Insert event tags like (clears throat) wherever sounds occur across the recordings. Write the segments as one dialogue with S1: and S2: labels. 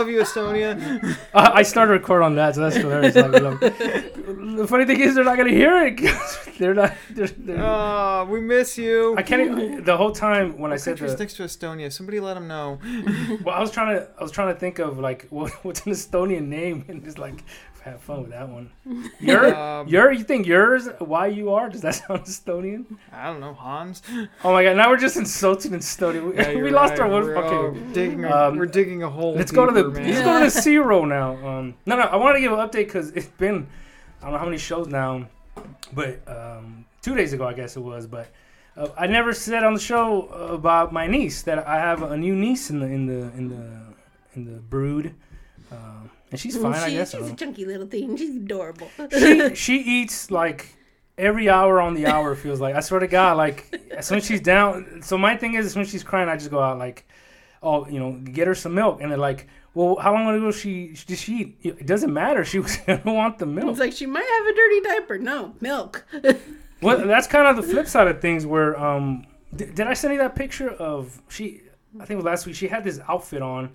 S1: love you,
S2: (laughs)
S1: Estonia.
S2: Uh, I started record on that, so that's hilarious. I love- the funny thing is, they're not gonna hear it. (laughs) 'cause they're not. They're, they're,
S1: oh, we miss you.
S2: I can't. even- The whole time when I
S1: What
S2: said
S1: country's
S2: the,
S1: next to Estonia? Somebody let him know.
S2: well, I was trying to. I was trying to think of like (laughs) what, what's an Estonian name, and just like have fun with that one. Your,
S1: (laughs) Um,
S2: your, you think yours? Why you are? Does that sound Estonian?
S1: I don't know, Hans.
S2: Oh my god! Now we're just insulting Estonian. (laughs) We,
S1: Yeah,
S2: we
S1: you're
S2: lost our
S1: right.
S2: one
S1: We're
S2: fucking.
S1: all digging a,
S2: Um,
S1: we're digging a hole.
S2: Let's go to the
S1: deeper,
S2: let's
S1: man.
S2: go to the C roll now. Um, no, no, I want to give an update because it's been I don't know how many shows now, but um, two days ago I guess it was. But uh, I never said on the show about my niece that I have a new niece in the in the in the in the brood, Um and she's fine. I
S3: she,
S2: guess I
S3: she's a
S2: don't
S3: chunky little thing. She's adorable. (laughs)
S2: she she eats like every hour on the hour it feels like. I swear to God, like as soon as she's down. So my thing is, as soon as she's crying, I just go out like, oh, you know, get her some milk, and they're like, well, how long ago she did she eat? It doesn't matter. She was (laughs) gonna want the milk.
S3: It's like she might have a dirty diaper. No milk.
S2: Well, that's kind of the flip side of things. Where um, did, did I send you that picture of she? I think it was last week she had this outfit on,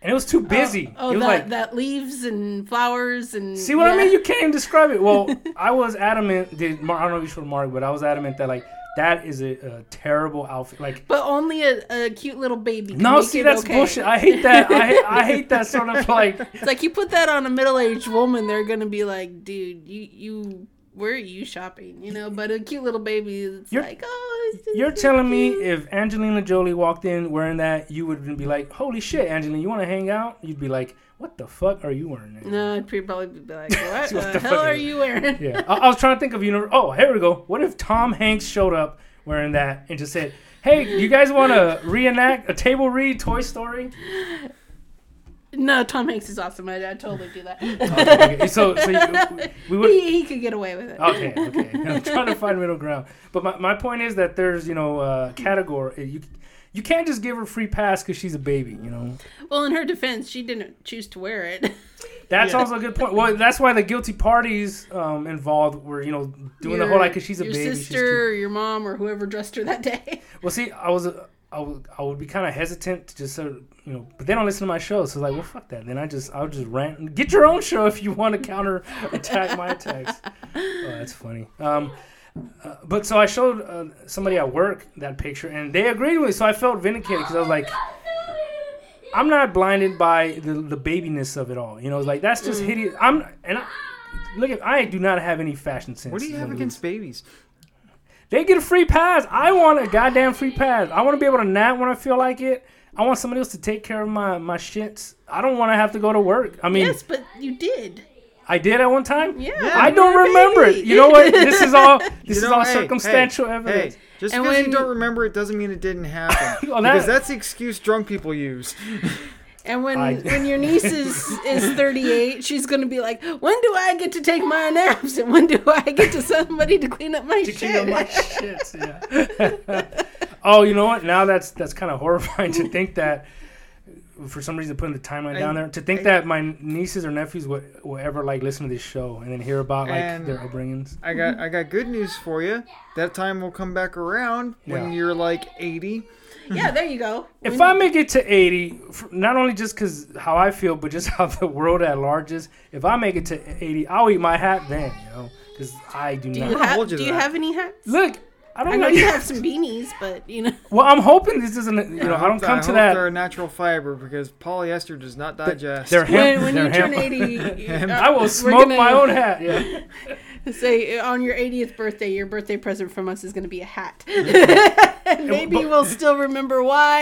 S2: and it was too (laughs) busy.
S3: Oh,
S2: it
S3: that,
S2: was like
S3: that leaves and flowers and
S2: See what I
S3: yeah.
S2: mean? You can't even describe it.
S3: (laughs)
S2: Well, I was adamant. Did Mar- I don't know if you showed Mark, but I was adamant that like that is a, a terrible outfit. Like
S3: But only a, a cute little baby. Can
S2: no,
S3: make
S2: see
S3: it
S2: that's
S3: okay.
S2: bullshit. I hate that. I
S3: (laughs)
S2: hate, I hate that sort of like.
S3: It's like you put that on a middle-aged woman, they're gonna be like, "Dude, you you where are you shopping?" You know. But a cute little baby, it's
S2: You're-
S3: like, "Oh, it's just
S2: You're
S3: so
S2: telling me
S3: cute."
S2: if Angelina Jolie walked in wearing that, you would be like, "Holy shit, Angelina, you want to hang out?" You'd be like, "What the fuck are you wearing?" That?
S3: No, I'd pre- probably be
S2: (laughs)
S3: like, "What,
S2: What
S3: the,
S2: the
S3: hell
S2: fuck
S3: are
S2: is-
S3: you wearing?"
S2: Yeah, I, I was trying to think of universe. Oh, here we go. What if Tom Hanks showed up wearing that and just said, "Hey, you guys want to reenact a table read Toy Story?"
S3: No, Tom Hanks is awesome. I'd, I'd totally
S2: (laughs)
S3: do that.
S2: Okay, okay. So, so
S3: (laughs)
S2: you, we would.
S3: he, he could get away with it.
S2: Okay, okay. (laughs) I'm trying to find middle ground. But my, my point is that there's, you know, uh, category. You, you can't just give her free pass because she's a baby, you know?
S3: Well, in her defense, she didn't choose to wear it.
S2: That's
S1: Yeah.
S2: also a good point. Well, that's why the guilty parties um, involved were, you know, doing the whole like, 'cause she's a
S3: your
S2: baby. she's cute.
S3: sister, or your mom, or whoever dressed her that day.
S2: Well, see, (laughs) I was, uh, I would, I would be kind of hesitant to just, sort of, you know, but they don't listen to my show, so like, well, fuck that. Then I just, I'll just rant. Get your own show if you want to counter attack my attacks. Oh, that's funny. Um, uh, but so I showed uh, somebody at work that picture, and they agreed with me. So I felt vindicated because I was like, I'm not blinded by the the babiness of it all. You know, like that's just
S1: Mm.
S2: hideous. I'm and I, look at I do not have any fashion sense.
S1: What do you
S2: is
S1: have
S2: it is.
S1: against babies?
S2: They get a free pass. I want a goddamn free pass. I want to be able to nap when I feel like it. I want somebody else to take care of my my shits. I don't want to have to go to work. I mean,
S3: yes, but you did.
S2: I did at one time.
S3: Yeah.
S2: I
S3: you
S2: don't
S3: were a
S2: remember
S3: baby.
S2: it. You know what? This is
S1: (laughs)
S2: all this
S1: You
S2: is
S1: know,
S2: all
S1: hey,
S2: circumstantial
S1: hey, (laughs)
S2: evidence.
S1: Hey, just
S3: And
S1: because
S3: when-
S1: you don't remember it doesn't mean it didn't happen.
S2: (laughs) Well,
S1: because
S2: that-
S1: that's the excuse drunk people use.
S3: And when
S2: I-
S3: when
S2: (laughs)
S3: your niece is is 38, she's going to be like, "When do I get to take my naps? And when do I get to somebody to clean up my
S2: To
S3: shit?"
S2: clean up my shits, yeah. (laughs) oh, you know what? Now that's that's kind of horrifying to think that. For some reason, putting the timeline
S1: I-
S2: down there to think
S1: I-
S2: that my nieces or nephews would, will ever like listen to this show and then hear about like
S1: And-
S2: their upbringings.
S1: I got I got good news for you. That time will come back around when
S2: Yeah.
S1: you're like 80.
S3: yeah, there you go.
S2: If
S3: When-
S2: I make it to 80, f- not only just because how I feel, but just (laughs) how the world at large is, if I make it to 80, I'll eat my hat then, you know, because I do,
S3: do
S2: not.
S3: you,
S1: gonna
S3: have,
S1: hold you
S3: do
S1: to
S3: you
S1: that.
S3: have any hats?
S2: Look, I
S3: I
S2: don't
S3: know
S2: know.
S3: you have some beanies, but you know.
S2: well, I'm hoping this isn't, you know, I don't
S1: hope-
S2: come to
S1: hope They're
S2: that.
S1: a natural fiber because polyester does not digest.
S2: They're
S3: When,
S2: ham.
S3: when
S2: they're
S3: you turn uh,
S2: ham- (laughs)
S3: 80,
S2: I will smoke my own hat. Yeah.
S3: Say on your 80th birthday, your birthday present from us is going to be a hat.
S2: (laughs)
S3: (laughs) Maybe
S2: but-
S3: we'll still remember why.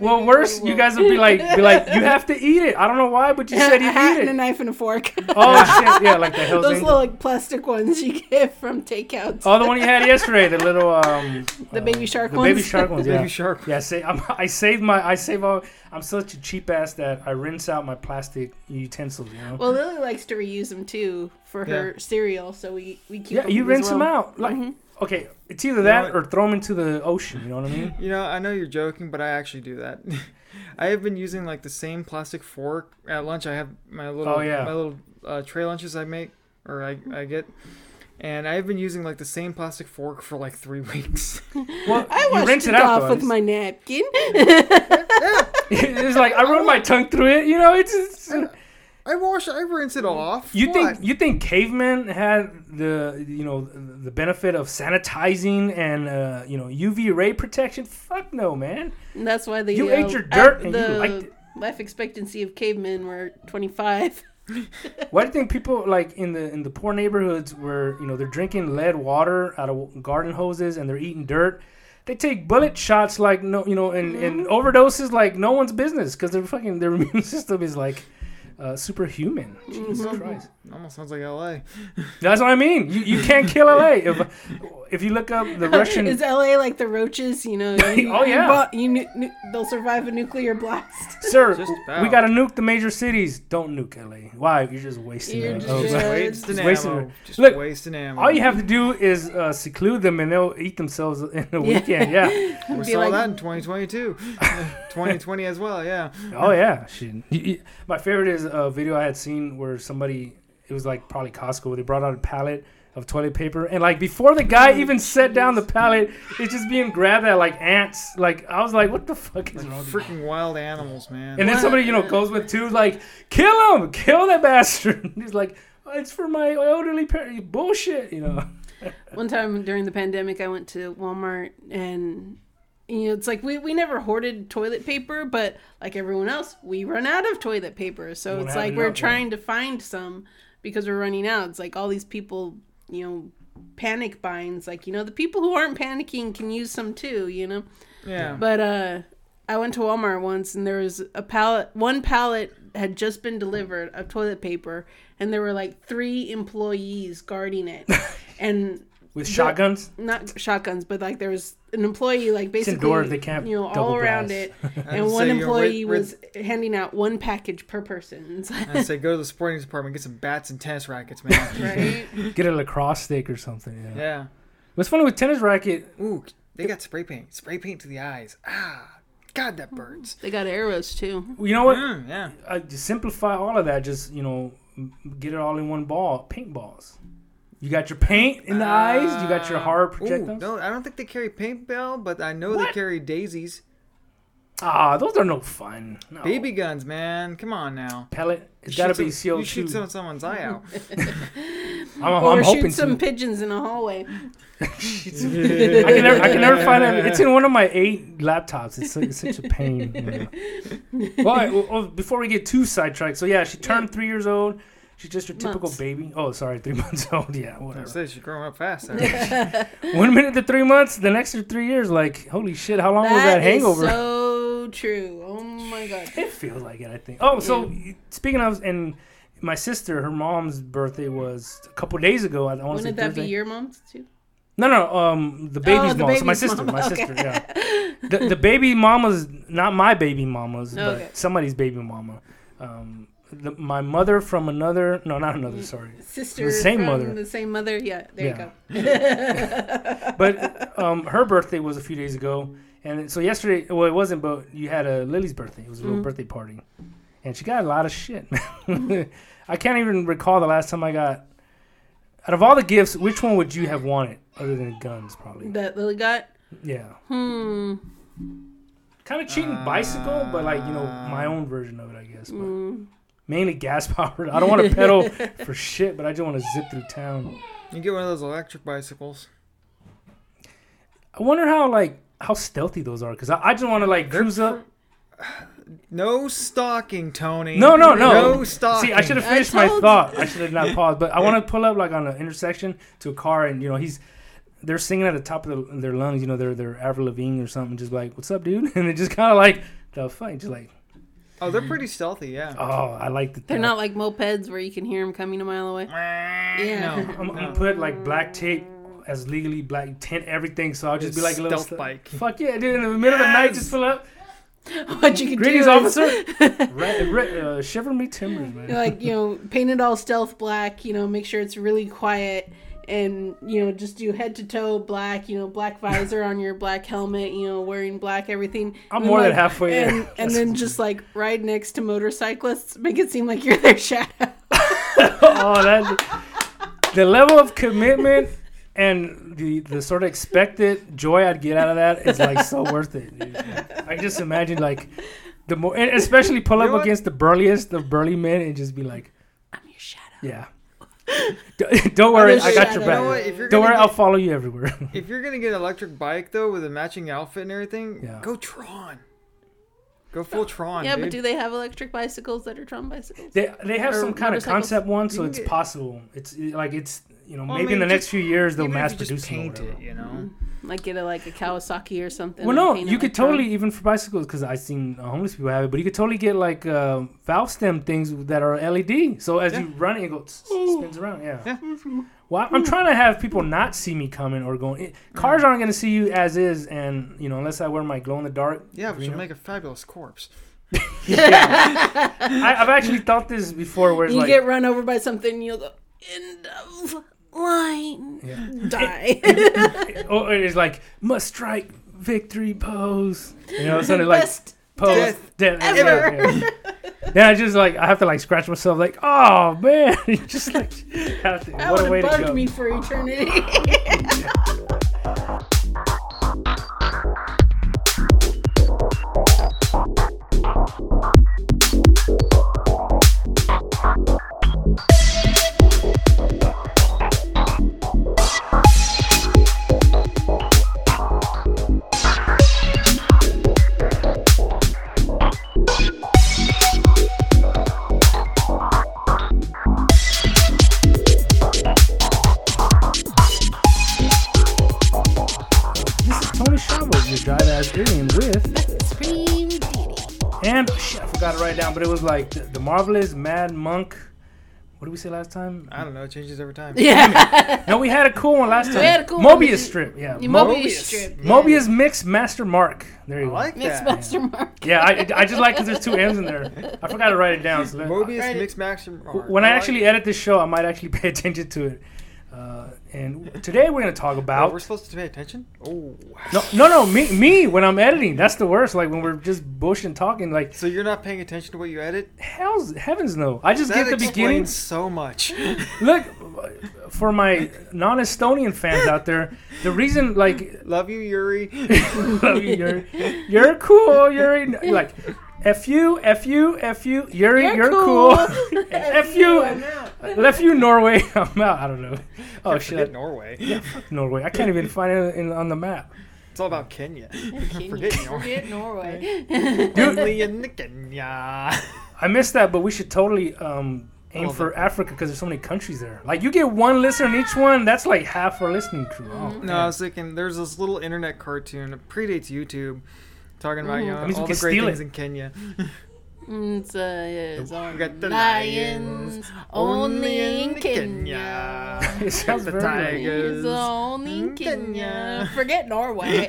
S2: (laughs) Well,
S3: maybe
S2: worse, you
S3: we won't.
S2: guys will be like, be like, you have to eat it. I don't know why, but you said you
S3: a hat
S2: eat
S3: and a
S2: it.
S3: knife and a fork.
S2: (laughs) Oh shit! Yeah, like the hell's
S3: (laughs) Those
S2: Angel-
S3: little like, plastic ones you get from takeouts.
S2: Oh, the one you had yesterday, the little um,
S3: The
S2: uh,
S3: baby shark
S2: the
S3: ones.
S2: baby shark ones, yeah.
S1: Baby shark.
S2: Yeah, say, I'm, I save my, I save all. I'm such a cheap ass that I rinse out my plastic utensils. You know.
S3: Well, Lily likes to reuse them too for her cereal, so we we keep.
S2: yeah, you rinse them
S3: well.
S2: out. Like, okay, it's either
S1: know
S2: that
S1: what?
S2: or throw them into the ocean. You know what I mean?
S1: You know, I know you're joking, but I actually do that. (laughs) I have been using like the same plastic fork at lunch. I have my little,
S2: Oh, yeah.
S1: my little uh, tray lunches I make or I, I get, and I have been using like the same plastic fork for like three (laughs) weeks.
S2: Well,
S3: I
S2: you
S3: washed
S2: rinse
S3: it,
S2: it out
S3: off
S2: though.
S3: with my napkin.
S1: yeah,
S2: (laughs) it's like I run my tongue through it. You know, it's. it's
S1: I wash. I rinse it off.
S2: you
S1: What?
S2: think you think cavemen had the you know the benefit of sanitizing and uh, you know UV ray protection? Fuck no, man.
S3: And (laughs) that's why they
S2: You ate your dirt and you
S3: the
S2: liked it.
S3: life expectancy of cavemen were 25.
S2: Why do you think people like in the in the poor neighborhoods where you know they're drinking lead water out of garden hoses and they're eating dirt? They take bullet shots like no, you know, and, and
S3: Mm-hmm.
S2: overdoses like no one's business because their fucking their (laughs) immune system is like uh, superhuman. Jesus
S3: Mm-hmm.
S2: Christ,
S1: Almost sounds like L.A.
S2: that's what I mean. You, you can't kill
S3: (laughs)
S2: LA if if you look up the (laughs) Russian.
S3: Is LA like the roaches?
S2: (laughs)
S3: You know, you,
S2: Oh, yeah.
S3: you, bought- you nu- nu- they'll survive a nuclear blast. (laughs)
S2: Sir,
S1: Just
S2: we
S1: about.
S2: gotta nuke the major cities. Don't nuke LA. Why? You're just wasting.
S3: You're
S2: it.
S3: just-
S2: Oh,
S1: Just
S3: Yeah,
S1: wasting
S2: it's- wasting
S1: ammo.
S2: it.
S1: Just
S2: Look,
S1: wasting ammo.
S2: All you have to do is uh, seclude them and they'll eat themselves in a weekend. Yeah.
S1: We
S3: Be
S1: saw
S3: like-
S1: that in (laughs) 2022, 2020 as well. Yeah.
S2: Oh yeah. Shit. You- you- My favorite is a video I had seen where somebody it was like probably Costco where they brought out a pallet of toilet paper and like before the guy even set down the pallet, it's just being grabbed at like ants. Like I was like, what the fuck is
S1: Like
S2: wrong? with you?
S1: freaking wild animals, man.
S2: And then somebody you know goes with two like, kill him, kill that bastard. (laughs) He's like, "Oh, it's for my elderly parent. Bullshit. You know.
S3: One time during the pandemic, I went to Walmart and you know it's like we, we never hoarded toilet paper, but like everyone else, we run out of toilet paper. So
S2: Won't
S3: it's
S2: have
S3: like we're
S2: enough, yeah.
S3: trying to find some because we're running out. It's like all these people, you know, panic buying. It's like you know the people who aren't panicking can use some too. You know.
S1: yeah.
S3: But uh I went to Walmart once and there was a pallet one pallet had just been delivered of toilet paper and there were like three employees guarding it.
S2: (laughs)
S3: and
S2: With shotguns.
S3: not shotguns, but like there was an employee like basically
S2: indoors, they can't
S3: you know all
S2: double
S3: around
S2: blast. (laughs)
S3: it
S1: I was
S3: and
S1: gonna
S3: one
S1: say, you know,
S3: employee
S1: with-
S3: was handing out one package per person. (laughs)
S2: (laughs)
S3: It's like,
S1: I say go to the sporting department, get some bats and tennis rackets, man.
S3: right?
S2: Get a lacrosse stick or something. Yeah.
S1: yeah.
S2: What's funny with tennis racket?
S1: Ooh, they got spray paint. Spray paint to the eyes. Ah, God, that burns.
S3: They got arrows too.
S2: You know what?
S1: Mm, yeah.
S2: uh, just simplify all of that. Just you know, m- get it all in one ball. Paintballs. You got your paint in the eyes. You got your hard
S1: Ah, Ooh,
S2: projectiles.
S1: no, I don't think they carry paintball, but I know they
S2: What?
S1: carry daisies.
S2: Ah, those are no fun. No.
S1: Baby guns, man. Come on now.
S2: pellet. It's
S1: You
S2: got to
S1: shoot
S2: be
S1: some- You
S2: CO2.
S1: shoot some, someone's eye
S2: (laughs)
S1: out.
S2: I'm, Oh, I'm
S3: Or
S2: hoping
S3: shoot
S2: some
S3: some pigeons in a hallway.
S2: I can never, I can never find it. It's in one of my eight laptops. It's, su- it's such a pain. you know. well, I- well, well, before we get too sidetracked, so yeah, she turned three years old. She's just your typical
S3: Months.
S2: baby. Oh, sorry, three (laughs) months old. Yeah,
S1: I (laughs)
S2: whatever.
S1: said she's growing up fast. there.
S2: One minute to three months, the next to three years. Like, holy shit, how long was that
S3: That is
S2: hangover?
S3: so true. Oh
S2: (laughs)
S3: my god.
S2: It feels like it, I think. Oh, so speaking of, and my sister, her mom's birthday was a couple days ago. I want
S3: Wouldn't
S2: to say
S3: that
S2: Thursday.
S3: be your mom's too?
S2: No, no, um, the baby's
S3: the
S2: mom. so my
S3: baby's
S2: sister,
S3: mom,
S2: my
S3: okay.
S2: sister,
S3: (laughs)
S2: yeah. The, the baby mama's not my baby mama's,
S3: Okay.
S2: but somebody's baby mama. Um, the, my mother from another, no, not
S3: Mm.
S2: another, sorry.
S3: Sister
S2: The same
S3: from
S2: mother.
S3: The same mother. Yeah, there
S2: Yeah.
S3: you go. (laughs)
S2: But um, her birthday was a few days ago, and so yesterday, well, it wasn't, but you had a Lily's birthday. It was a little birthday party, and she got a lot of shit. (laughs) I can't even recall the last time I got. Out of all the gifts, which one would you have wanted other than guns? Probably,
S3: That Lily got.
S2: yeah.
S3: Hmm.
S2: kind of cheating bicycle, but like you know my own version of it, I guess. But
S3: mm.
S2: mainly gas powered. I don't want to pedal for shit, but I just want to zip through town.
S1: you get one of those electric bicycles.
S2: I wonder how like how stealthy those are because I, I just want to like cruise up.
S1: No stalking, Tony.
S2: No, no, no.
S1: No stalking.
S2: See, I should have
S3: I
S2: finished my
S3: told
S2: thought. I should have not paused, but I want to pull up like on an intersection to a car, and you know he's. They're singing at the top of their, their lungs, you know, they're, they're Avril Lavigne or something, just like, what's up, dude? (laughs) And it just kind of like, the fuck? Just like,
S1: Oh, they're pretty stealthy, yeah.
S2: oh, I like the
S3: They're not like mopeds where you can hear them coming a mile away. (laughs)
S1: No.
S3: Yeah.
S2: I'm, I'm gonna put like black tape as legally black tint everything, so I'll just
S1: Just
S2: be like a little
S1: stealth
S2: stu-
S1: bike.
S2: Fuck yeah, dude! In the middle of the night, just pull up.
S3: what you can
S2: Greetings,
S3: do (laughs)
S2: officer.
S3: is
S2: Re- re- uh, shiver me timbers, man.
S3: like you know, paint it all stealth black. You know, make sure it's really quiet, and you know, just do head to toe black. You know, black visor on your black helmet. You know, wearing black everything.
S2: I'm
S3: And
S2: more than
S3: like-
S2: halfway there.
S3: And, and
S2: (laughs)
S3: then just like ride next to motorcyclists, make it seem like you're their (laughs) shadow.
S2: oh, that the level of commitment and the the sort of expected joy I'd get out of that is like so worth it. Dude. I can just imagine like The more, and especially pull
S1: You
S2: up
S1: know what?
S2: against the burliest of burly men and just be like,
S3: I'm your shadow.
S2: yeah. D- (laughs) Don't worry,
S3: I'm
S2: I
S3: your
S2: got
S1: You
S2: your
S3: shadow.
S1: know
S2: back.
S1: what? If you're
S2: Don't
S1: gonna
S2: worry,
S1: get-
S2: I'll follow you everywhere. (laughs)
S1: If you're gonna get an electric bike though with a matching outfit and everything,
S2: Yeah.
S1: go Tron. Go full Tron.
S3: yeah,
S1: dude.
S3: but do they have electric bicycles that are Tron bicycles?
S2: They they have
S3: Or
S2: some kind of
S3: motorcycles.
S2: concept one, so
S1: can
S2: it's
S1: get-
S2: possible. It's it- like it's you know
S1: Well, I
S2: maybe in
S1: mean,
S2: the next
S1: just-
S2: few years they'll
S1: Even if
S2: mass
S1: you just
S2: produce them. or
S1: paint it,
S2: whatever.
S1: you know.
S3: Like get a like a Kawasaki or something.
S2: Well,
S3: and
S2: no,
S3: paint it
S2: you
S3: like
S2: could
S3: Tron.
S2: totally even for bicycles because I've seen uh, homeless people have it, but you could totally get like uh, valve stem things that are LED. So as
S1: Yeah.
S2: you run it, it goes spins around. Yeah.
S1: Yeah.
S2: Well, I'm trying to have people not see me coming or going. It,
S1: Mm.
S2: cars aren't going to see you as is, and you know unless I wear my glow in the dark.
S1: Yeah, but
S2: you
S1: you'll make a fabulous corpse.
S2: I,
S1: (laughs)
S2: I've actually thought this before, where it's
S3: You
S2: like
S3: get run over by something, you'll go end of line,
S2: (laughs)
S3: die.
S2: oh, it is like must strike victory pose. You
S3: (laughs)
S2: know, something like
S3: Best
S2: pose
S1: death
S2: yeah,
S3: ever. (laughs)
S2: yeah. then I just like I have to like scratch myself like oh man, (laughs) just like have to,
S3: That
S2: what a way
S3: would
S2: to
S3: have
S2: go.
S3: bugged me for (laughs) eternity.
S2: This is Tony Schiavo, your drive ass alien with,
S3: Scream Diddy.
S2: and shit, I forgot to write it down, but it was like the, the marvelous Mad Monk. What did we say last time?
S1: I don't know, it changes every time.
S2: (laughs)
S3: Yeah.
S2: No, we had a cool one last time.
S3: had a cool one.
S2: Mobius strip, yeah.
S3: You
S2: Mo-
S3: Mobius
S1: Mobius.
S3: strip.
S2: Mobius mix master Mark. There you
S1: I
S2: go.
S1: like that.
S3: Mixed Master Mark.
S2: Yeah, I, I just like because there's two M's in there. I forgot to write it down. So let-
S1: Mobius
S3: Right.
S1: mixed maximum.
S2: when I actually edit this show, I might actually (laughs) pay attention to it. Uh, and today we're gonna talk
S1: we're
S2: about
S1: supposed to pay attention. Oh,
S2: no, no, no, me, me when I'm editing. That's the worst. Like when we're just bush and talking. Like
S1: so you're not paying attention to what you edit?
S2: hell's heavens no. I just
S1: That
S2: get the
S1: explains
S2: beginning.
S1: so much. (laughs)
S2: Look, for my non-Estonian fans out there, the reason like (laughs)
S1: Love you, Yuri.
S2: love you, Yuri. You're cool, Yuri. No, Like, F you, F you, F you, Yuri, you're,
S3: You're
S2: cool.
S3: cool.
S2: (laughs) F you. Left you, Norway. (laughs) I'm out. I don't know. Oh,
S1: Can't forget
S2: shit.
S1: Norway. (laughs)
S2: Norway. I can't even find it in, on the map.
S1: It's all about Kenya. (laughs)
S3: Kenya.
S1: Forget Norway.
S3: Forget Norway.
S2: (laughs)
S1: Only in Kenya.
S2: I missed that, but we should totally um, aim
S1: Oh,
S2: for Africa because there's so many countries there. Like, you get one listener in each one. That's like half our listening crew. Oh,
S1: No, I was thinking there's this little internet cartoon. It predates YouTube. Talking about you
S3: That
S1: know,
S2: means we
S1: all the
S2: can
S1: great
S2: steal
S1: things
S2: it.
S1: in Kenya.
S3: (laughs) Mm, it's, uh, it's on
S1: got the
S3: lions,
S1: lions,
S3: only in Kenya.
S2: (laughs) (laughs) It sounds
S1: the
S2: very like-
S1: tigers.
S3: It's only in
S1: Mm,
S3: Kenya.
S1: Kenya.
S3: Forget
S1: (laughs)
S3: Norway.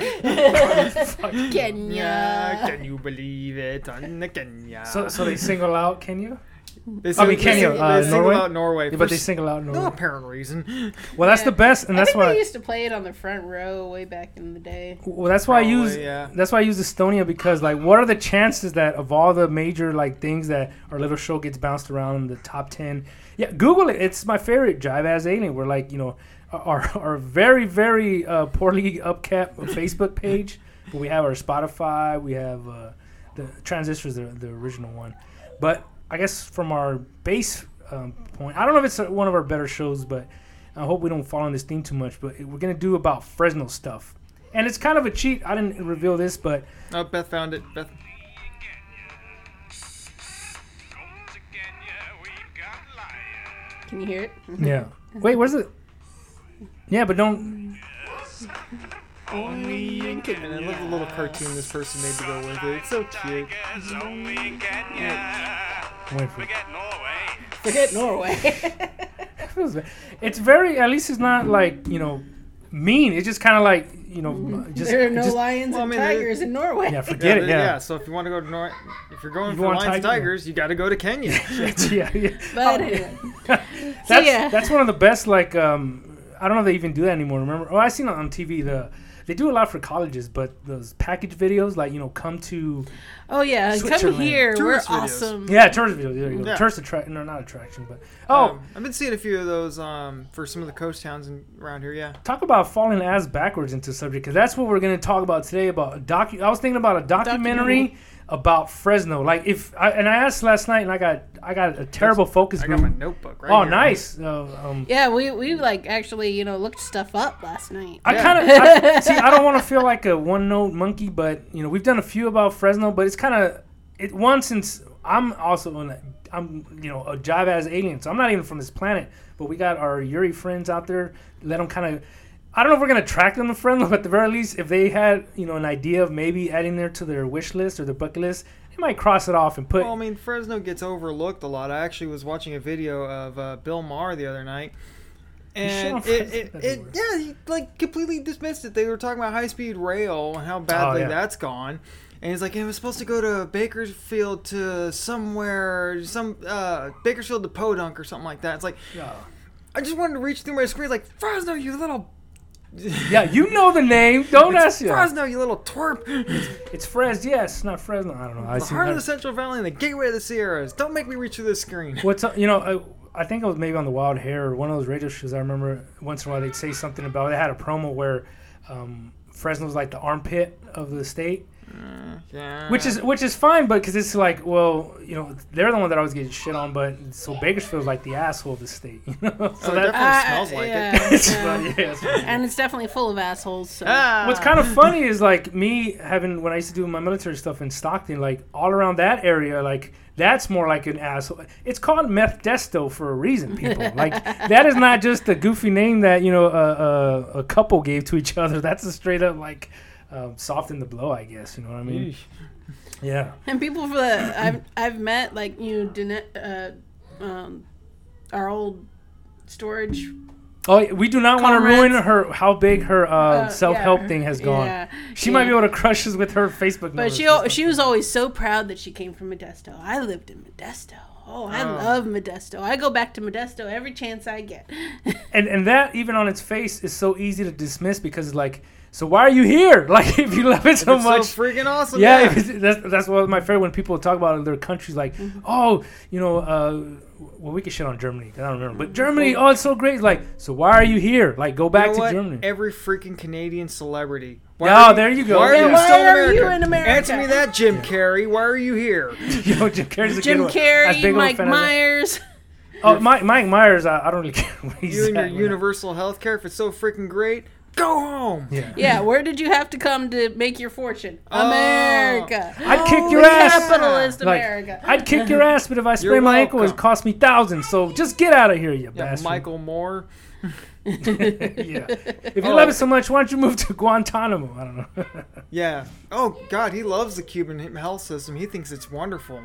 S1: Yeah,
S3: Kenya.
S1: can you believe it? On the Kenya.
S2: So, so they single out Kenya?
S1: they
S2: mean, Kenya,
S1: They,
S2: uh,
S1: they single
S2: Norway?
S1: out Norway.
S2: Yeah,
S1: for
S2: but they
S1: s-
S2: single out
S1: no
S2: Norway.
S1: apparent reason. (laughs)
S2: Well, that's
S3: Yeah.
S2: the best, and
S3: I
S2: that's
S3: think
S2: why.
S3: they used to play it on the front row way back in the day.
S2: Well, that's why I
S1: Probably,
S2: use
S1: yeah.
S2: that's why I use Estonia because like, what are the chances that of all the major like things that our little show gets bounced around in the top ten? Yeah, Google it. It's my favorite Jive as Alien. We're like, you know, our our very very uh, poorly upkept Facebook page, but we have our Spotify. We have uh, the transistors, the the original one. But I guess from our base um, point, I don't know if it's uh, one of our better shows, but I hope we don't fall on this theme too much. But we're gonna do about Fresno stuff, and it's kind of a cheat. I didn't reveal this, but
S1: Oh, Beth found it. Beth.
S3: Can
S2: (laughs)
S3: you hear it?
S2: yeah. Wait, where's it? Yeah, but don't.
S1: Only in Kenya. And I love the little cartoon this person made to go with it. It's so cute.
S2: Wait for (laughs)
S3: Forget Norway.
S2: it. (laughs) It's very. At least it's not like you know, mean. It's just kind of like you know, just.
S3: Mm-hmm. there are no
S2: just-
S3: lions
S1: Well,
S3: and
S1: I mean, there-
S3: tigers in Norway.
S2: yeah, forget
S1: there-
S2: it. Yeah.
S1: So if you want to go to Norway, if you're going
S2: You
S1: for
S2: want
S1: lions
S2: tiger-
S1: tigers, you got to go to Kenya.
S2: (laughs) yeah, yeah.
S3: (laughs) But anyway. So,
S2: that's,
S3: yeah.
S2: that's one of the best. Like, um, I don't know if they even do that anymore. Remember? Oh, I seen it on TV. The they do a lot for colleges, but those package videos, like you know, come to
S3: Oh yeah, come
S2: Switzerland.
S3: here.
S1: Tourist
S3: We're
S1: videos.
S3: awesome.
S2: yeah, tourist videos. There you go.
S1: Yeah.
S2: Tourist attraction, no, not attraction, but oh,
S1: Um, I've been seeing a few of those um, for some of the coast towns in, around here. Yeah.
S2: talk about falling ass backwards into subject because that's what we're gonna talk about today. About a docu. I was thinking about a documentary,
S3: Documentary.
S2: about Fresno. Like if I and I asked last night, and I got I got a terrible focus
S1: I got my
S2: group.
S1: notebook right
S2: Oh,
S1: here.
S2: nice. Uh, um,
S3: Yeah, we, we like actually, you know, looked stuff up last night.
S2: I
S1: Yeah.
S2: kind of see. I don't want to feel like a one note monkey, but you know, we've done a few about Fresno, but it's kind of it. One since I'm also on, a- I'm you know a job as alien, so I'm not even from this planet. But we got our Yuri friends out there. Let them kind of. I don't know if we're gonna track them to Fresno, (laughs) but at the very least, if they had you know an idea of maybe adding there to their wish list or their bucket list, they might cross it off and put.
S1: Well, I mean, Fresno gets overlooked a lot. I actually was watching a video of uh, Bill Maher the other night. And
S2: shit on
S1: it, it,
S2: Fresno
S1: it,
S2: everywhere.
S1: yeah, he like completely dismissed it. They were talking about high speed rail and how badly
S2: Oh, yeah.
S1: that's gone. And he's like, it was supposed to go to Bakersfield to somewhere, some uh, Bakersfield to Podunk or something like that. It's like,
S2: Yeah.
S1: I just wanted to reach through my screen, like, Fresno, you little.
S2: yeah, you know the name. Don't
S1: It's
S2: ask you.
S1: Fresno, you little twerp. (laughs)
S2: It's Fres, yes, not Fresno. I don't know. I
S1: the
S2: see
S1: heart of the Central Valley and the gateway of the Sierras. Don't make me reach through this screen.
S2: What's you know? I, I think it was maybe on the Wild Hair or one of those radio shows. I remember once in a while they'd say something about. They had a promo where um, Fresno was like the armpit of the state,
S1: Yeah.
S2: which is which is fine, but because it's like, well, you know, they're the one that I was getting shit on, but so Bakersfield's like the asshole of the state, (laughs) you know. So
S1: Oh,
S2: that-
S1: definitely.
S3: Uh,
S1: smells like it.
S2: (laughs) it's,
S3: yeah.
S2: but yeah, it's-
S3: and it's definitely full of assholes. So.
S1: Ah.
S2: What's
S3: Uh, (laughs)
S2: kind of funny is like me having when I used to do my military stuff in Stockton, like all around that area, like that's more like an asshole. It's called meth desto for a reason,
S3: (laughs)
S2: people. like that is not just a goofy name that you know a, a, a couple gave to each (laughs) other. That's a straight up like um, soften the blow, I guess. You know what I mean? Yeah.
S3: And people for the I've I've met like you know Dana- uh, um, our old storage
S2: Oh, we do not want to
S3: Comrades.
S2: ruin her how big her uh,
S3: uh,
S2: self help
S3: yeah.
S2: thing has gone.
S3: Yeah,
S2: She might
S3: yeah.
S2: be able to crush us with her Facebook.
S3: But
S2: numbers
S3: she
S2: and
S3: al-
S2: stuff.
S3: she was always so proud that she came from Modesto. I lived in Modesto. Oh, I
S1: Oh.
S3: love Modesto. I go back to Modesto every chance I get.
S2: and and that even on its face is so easy to dismiss because it's like so why are you here (laughs) like if you love it so
S1: It's
S2: much
S1: so freaking awesome.
S2: yeah, if it's- that's that's what my favorite when people talk about their countries like oh you know uh well we can shit on Germany 'cause I don't remember but Germany oh it's so great like so why are you here like go back
S1: You know what?
S2: to Germany
S1: Every freaking Canadian celebrity.
S2: Yeah, there you go.
S1: Why are
S2: Yeah.
S1: you
S2: Why
S1: still in
S3: are you
S1: America?
S3: in America?
S1: Answer me that, Jim Carrey. Why are you here?
S2: (laughs) Yo, Jim Carrey's a
S3: Jim
S2: good one. As big
S3: Carrey,
S2: of a
S3: Mike
S2: fan as I- (laughs)
S3: Myers.
S2: oh Mike Mike Myers I, I don't really (laughs) care what he's
S1: You and your
S2: at.
S1: universal health care, if it's so freaking great, go home.
S2: yeah
S3: Yeah, where did you have to come to make your fortune?
S1: Oh.
S3: America.
S2: I'd kick your
S3: the
S2: ass.
S3: Oh, Capitalist
S2: Like,
S3: America.
S2: I'd kick your ass, but if I sprain
S1: You're
S2: my ankle, it
S1: welcome.
S2: cost me thousands. So just get out of here, you
S1: Yeah,
S2: bastard.
S1: Michael Moore.
S3: (laughs)
S2: (laughs) yeah. If you
S1: Oh.
S2: love it so much, why don't you move to Guantanamo? I don't know. (laughs)
S1: Yeah. Oh, God, he loves the Cuban health system. He thinks it's wonderful.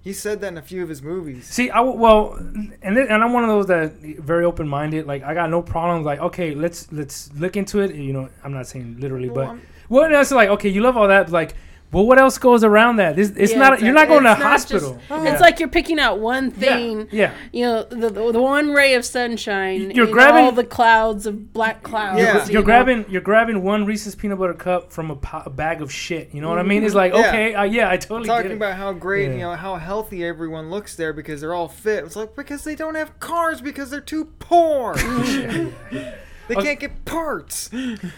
S1: He said that in a few of his movies.
S2: See, I w- well, and th- and I'm one of those that very open minded. Like I got no problems. Like okay, let's let's look into it. You know, I'm not saying literally,
S1: Well,
S2: but
S1: I'm-
S2: well, and that's like okay, you love all that. but, Like, well, what else goes around that? This it's
S3: Yeah,
S2: not you're not
S3: exactly.
S2: going to
S3: It's
S2: a
S3: not just- oh,
S2: hospital. Yeah.
S3: It's like you're picking out one thing.
S2: yeah.
S3: You know, the, the, the one ray of sunshine.
S2: You're
S3: in
S2: grabbing-
S3: all the clouds of black clouds.
S1: Yeah.
S3: you
S2: you're
S3: know?
S2: grabbing you're grabbing one Reese's peanut butter cup from a, po- a bag of shit. You know what I mean? It's like
S1: Yeah.
S2: okay, uh, yeah, I totally get
S1: Talking
S2: it.
S1: about how great,
S2: Yeah.
S1: you know, how healthy everyone looks there because they're all fit. It's like because they don't have cars because they're too
S2: (laughs)
S1: poor. they
S2: Okay.
S1: can't get parts.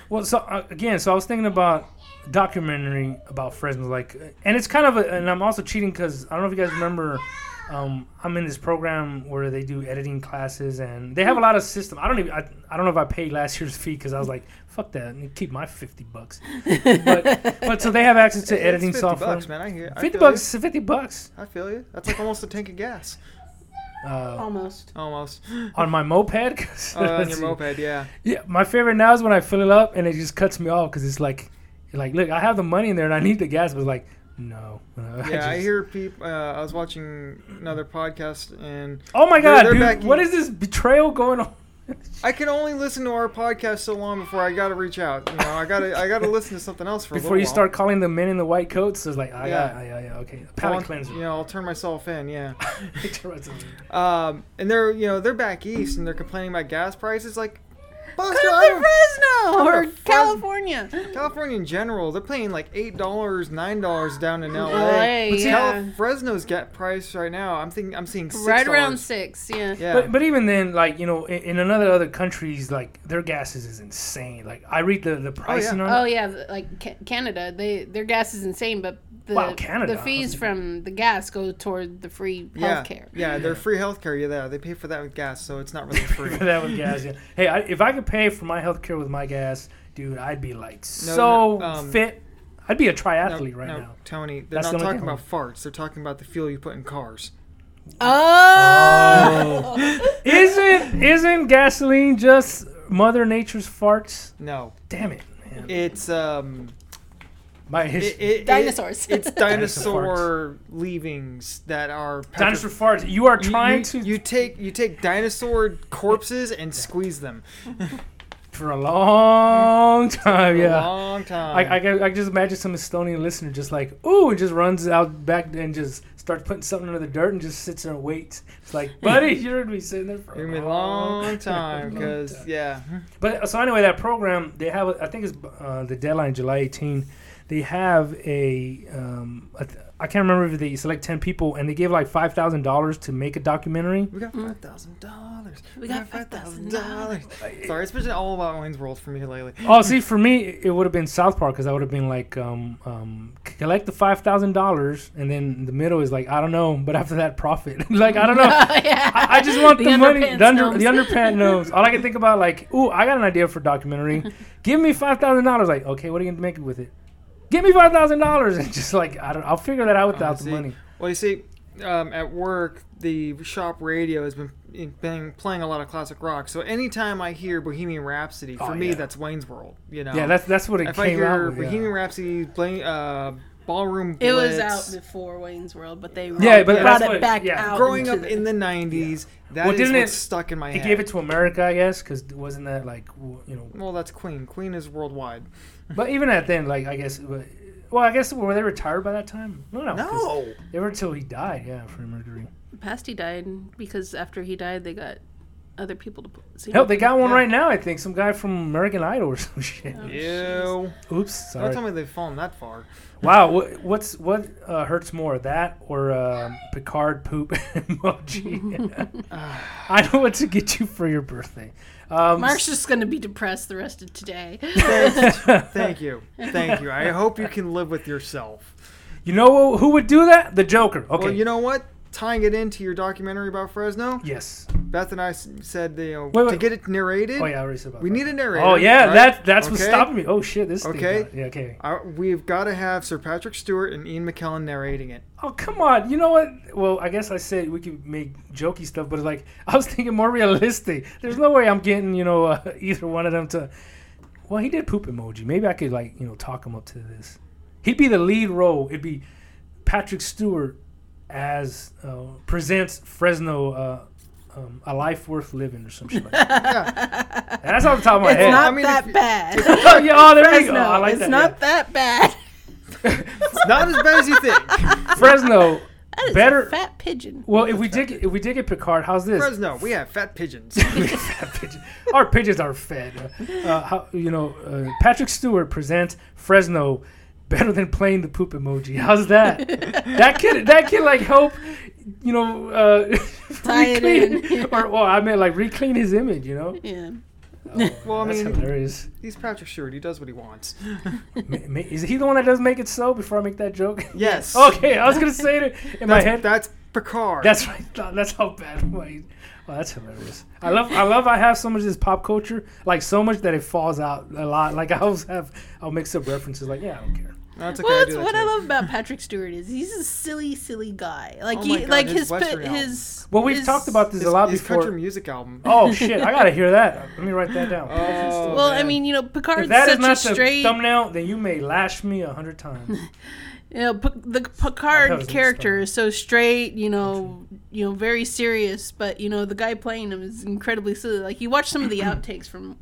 S2: Well, so uh, again, so I was thinking about documentary about Fresno, like, and it's kind of, a, and I'm also cheating because I don't know if you guys remember, um, I'm in this program where they do editing classes, and they have a lot of system. I don't even, I, I don't know if I paid last year's fee because I was like, fuck that, and keep my fifty bucks. but, but so they have access to editing
S1: it's 50
S2: software.
S1: bucks, man. I hear. I
S2: Fifty
S1: feel you.
S2: bucks, fifty bucks
S1: I feel you. That's like almost a tank of
S2: (laughs)
S1: gas.
S2: uh,
S3: Almost.
S1: Almost.
S2: on my moped. 'cause
S1: Oh, on
S2: that's- (laughs)
S1: your moped, yeah.
S2: Yeah, my favorite now is when I fill it up and it just cuts me off because it's like, like, look, I have the money in there and I need the gas, but it's like, no. (laughs) Yeah,
S1: Yeah, I hear people. Uh, I was watching another podcast, and
S2: Oh my
S1: They're-
S2: god,
S1: they're
S2: dude,
S1: back-
S2: what is this betrayal going on?
S1: I can only listen to our podcast so long before I gotta reach out. You know, I gotta, I gotta listen to something else for a
S2: Before
S1: little
S2: you
S1: while.
S2: start calling the men in the white coats, it's like, I
S1: Yeah.
S2: got, yeah, yeah, okay,
S1: I'll-
S2: palate cleanser.
S1: You know, I'll turn myself in. Yeah.
S2: (laughs) Come
S1: Um, and they're, you know, they're back east, and they're complaining about gas prices. Like,
S3: Come
S1: Buster, I
S3: to
S1: don't-
S3: Fresno
S1: Come to
S3: or
S1: Fres-
S3: California.
S1: California in general, they're paying like eight dollars, nine dollars down in LA.
S3: LA,
S1: But see, Cal-
S3: yeah.
S1: Fresno's gas price right now. I'm thinking, I'm seeing six
S3: Right around
S1: dollars.
S3: six, yeah.
S1: Yeah.
S2: But but even then, like you know, in, in another other countries, like their gases is
S1: Oh,
S2: insane. Like I read the the pricing on it.
S3: Oh yeah, th- like Ca- Canada, they their gas is insane, but the
S2: Wow, Canada.
S3: the fees from the gas go toward the free
S1: Yeah,
S3: healthcare.
S1: yeah, they're free healthcare. Yeah, they- they pay for that with gas, so it's not really
S2: (laughs)
S1: free.
S2: that with gas. Yeah. Hey, I, if I could pay for my health care with my gas, dude, I'd be like so
S1: no, um,
S2: fit. I'd be a
S1: No,
S2: triathlete right
S1: no,
S2: now.
S1: Tony, they're
S2: That's
S1: not
S2: the only
S1: talking
S2: thing.
S1: about farts. They're talking about the fuel you put in cars.
S2: (laughs)
S3: Oh, (laughs)
S2: Isn't isn't gasoline just Mother Nature's farts?
S1: No,
S2: Damn it, man.
S1: it's um,
S2: My
S1: it,
S2: his,
S1: it- it-
S3: Dinosaurs.
S2: (laughs)
S1: it's
S2: Dinosaur
S1: dinosaur leavings that are petri-
S2: dinosaur farts. You are
S1: You-
S2: trying
S1: you,
S2: to
S1: you take you take dinosaur corpses and squeeze them
S2: for a long time.
S1: for
S2: (laughs)
S1: a
S2: yeah.
S1: long time.
S2: I, I, can- I can just imagine some Estonian listener just like, ooh, and just runs out back and just starts putting something under the dirt and just sits there and waits. It's
S1: (laughs)
S2: like, buddy, you're gonna be sitting there for
S1: Give me
S2: (laughs)
S1: a
S2: a
S1: long time
S2: long
S1: because
S2: time.
S1: yeah,
S2: But uh, so anyway, that program they have, a- I think it's uh, the deadline July 18. They have a, um, I th- I can't remember if they select 10 people and they gave like five thousand dollars to make a documentary.
S1: we got five thousand dollars.
S3: We got $5,000.
S1: Sorry, it's been all about Wayne's World for me lately.
S2: oh, see, for me, it would have been South Park because I would have been like, um, um, c- collect the five thousand dollars, and then the middle is like, I don't know, but after that, profit. (laughs) like, I don't know.
S3: yeah.
S2: I, I just want the, money.
S3: underpants
S2: The, under,
S3: gnomes.
S2: the underpant knows. All I can think about, like, ooh, I got an idea for a documentary. Give me five thousand dollars. Like, okay, what are you gonna make with it? Give me five thousand dollars, (laughs) and just like, I don't, I'll figure that out without the
S1: see.
S2: money.
S1: Well, you see, um, at work, the shop radio has been, been playing a lot of classic rock. So anytime I hear Bohemian Rhapsody, for
S2: Oh,
S1: me,
S2: yeah.
S1: that's Wayne's World. You know,
S2: Yeah, that's that's what it
S1: if I
S2: came
S1: hear
S2: out uh, with.
S1: Bohemian
S2: yeah.
S1: Rhapsody, Bla- uh, Ballroom
S3: It was
S1: Blitz,
S3: out before Wayne's World, but they
S2: Yeah, but
S3: brought
S2: that's
S3: it
S2: what-
S3: back
S2: yeah.
S3: out.
S1: Growing
S3: into
S1: up in the '90s, that
S2: Well,
S1: is
S2: didn't
S1: what's
S2: it-
S1: stuck in my
S2: They
S1: head.
S2: gave it to America, I guess, because wasn't that like, w- you know,
S1: well, that's Queen. Queen is worldwide.
S2: But even at then, like I guess, well, I guess were they retired by that time? No, no, 'cause they were until he died. Yeah, Freddie Mercury.
S3: Past he died because after he died, they got other people to put- sing.
S2: Hell, they got one
S1: Yeah.
S2: right now. I think some guy from American Idol or (laughs) some shit.
S3: Oh, jeez.
S1: Ew.
S2: Oops,
S1: Don't
S2: sorry.
S1: tell me they've fallen that
S3: (laughs)
S1: far.
S2: Wow, what, what's what uh, hurts more, that or um, Picard poop (laughs) emoji? I know what to get you for your birthday. Um,
S3: Mark's just gonna be depressed the rest
S1: (laughs)
S3: of today.
S1: Thank you. Thank you. I hope you can live with yourself.
S2: (laughs) you know who would do that? The Joker. Okay.
S1: Well, you know what? Tying it into your documentary about Fresno,
S2: yes.
S1: Beth and I s- said you know,
S2: Wait, wait.
S1: to get it narrated.
S2: Oh yeah, I already said about
S1: We
S2: that.
S1: need a narrator.
S2: Oh yeah,
S1: right?
S2: that that's what's
S1: Okay.
S2: stopping me. Oh shit, this. thing
S1: Okay.
S2: got- yeah, okay.
S1: I- we've got to have Sir Patrick Stewart and Ian McKellen narrating it.
S2: Oh come on! You know what? Well, I guess I said we could make jokey stuff, but like I was (laughs) thinking more realistic. There's no way I'm getting you know (laughs) uh, either one of them to. Well, he did poop emoji. Maybe I could like you know talk him up to this. He'd be the lead role. It'd be Patrick Stewart as uh, presents Fresno uh, um, a life worth living or some shit. Like that. That's off the top of my
S3: (laughs) It's
S2: head.
S3: not
S1: I mean,
S3: that
S1: if-
S3: bad.
S2: (laughs) oh, yeah, oh, (laughs) there we go.
S3: Fresno,
S2: I like
S3: it's
S2: that.
S3: not that bad. (laughs)
S1: It's not as bad as you
S2: (laughs)
S1: think.
S2: yeah. Fresno.
S3: That is a
S2: Better-
S3: fat
S2: (laughs)
S3: pigeon. (laughs)
S2: Well, if we did get- if we did get Picard, how's this?
S1: Fresno, we have fat pigeons.
S2: Pigeon- Our pigeons are fed. Uh, how, you know, uh, Patrick Stewart presents Fresno better than playing the poop emoji. How's that? that could that could like help, you know, uh, (laughs)
S3: Tie it
S2: reclean-
S3: in.
S2: (laughs) or well, I mean, like reclean his image. You know,
S3: Yeah.
S1: Well, I
S2: that's
S1: mean-
S2: hilarious.
S1: He's Patrick Stewart. He does what he
S2: (gasps)
S1: wants.
S2: Ma- ma- Is he the one that does make it so? Before I make that joke, (laughs)
S1: Yes.
S2: okay, I was gonna say it in my
S1: That's,
S2: head.
S1: that's Picard.
S2: That's right. Th- That's how bad my. Well, that's hilarious. I love. I love. I have so much of this pop culture, like so much that it falls out a lot. Like I always have. I'll mix up references. Like yeah, I don't care.
S1: No, it's okay,
S3: Well,
S1: I
S3: that's
S1: do that
S3: what I
S1: too.
S3: love about Patrick Stewart is he's a silly, silly guy. Like
S1: Oh
S3: he,
S1: my God,
S3: like
S1: his
S3: his,
S1: Western
S3: pi-
S1: album.
S3: his.
S2: Well, we've
S3: his-
S2: talked about this
S1: His,
S2: a lot
S1: his
S2: before.
S1: country music album.
S2: Oh shit! I gotta hear that. Let me write that down.
S1: (laughs) Oh,
S3: Well, I
S1: man.
S3: mean, you know, Picard's
S2: if that
S3: such
S2: is not
S3: a straight.
S2: the thumbnail, then you may lash me a hundred times.
S3: you know, P- the
S2: That was
S3: Picard
S2: a
S3: character
S2: mistake.
S3: is so straight, you know, you know, very serious, but you know, the guy playing him is incredibly silly. Like you watch
S2: (clears throat)
S3: some of the outtakes from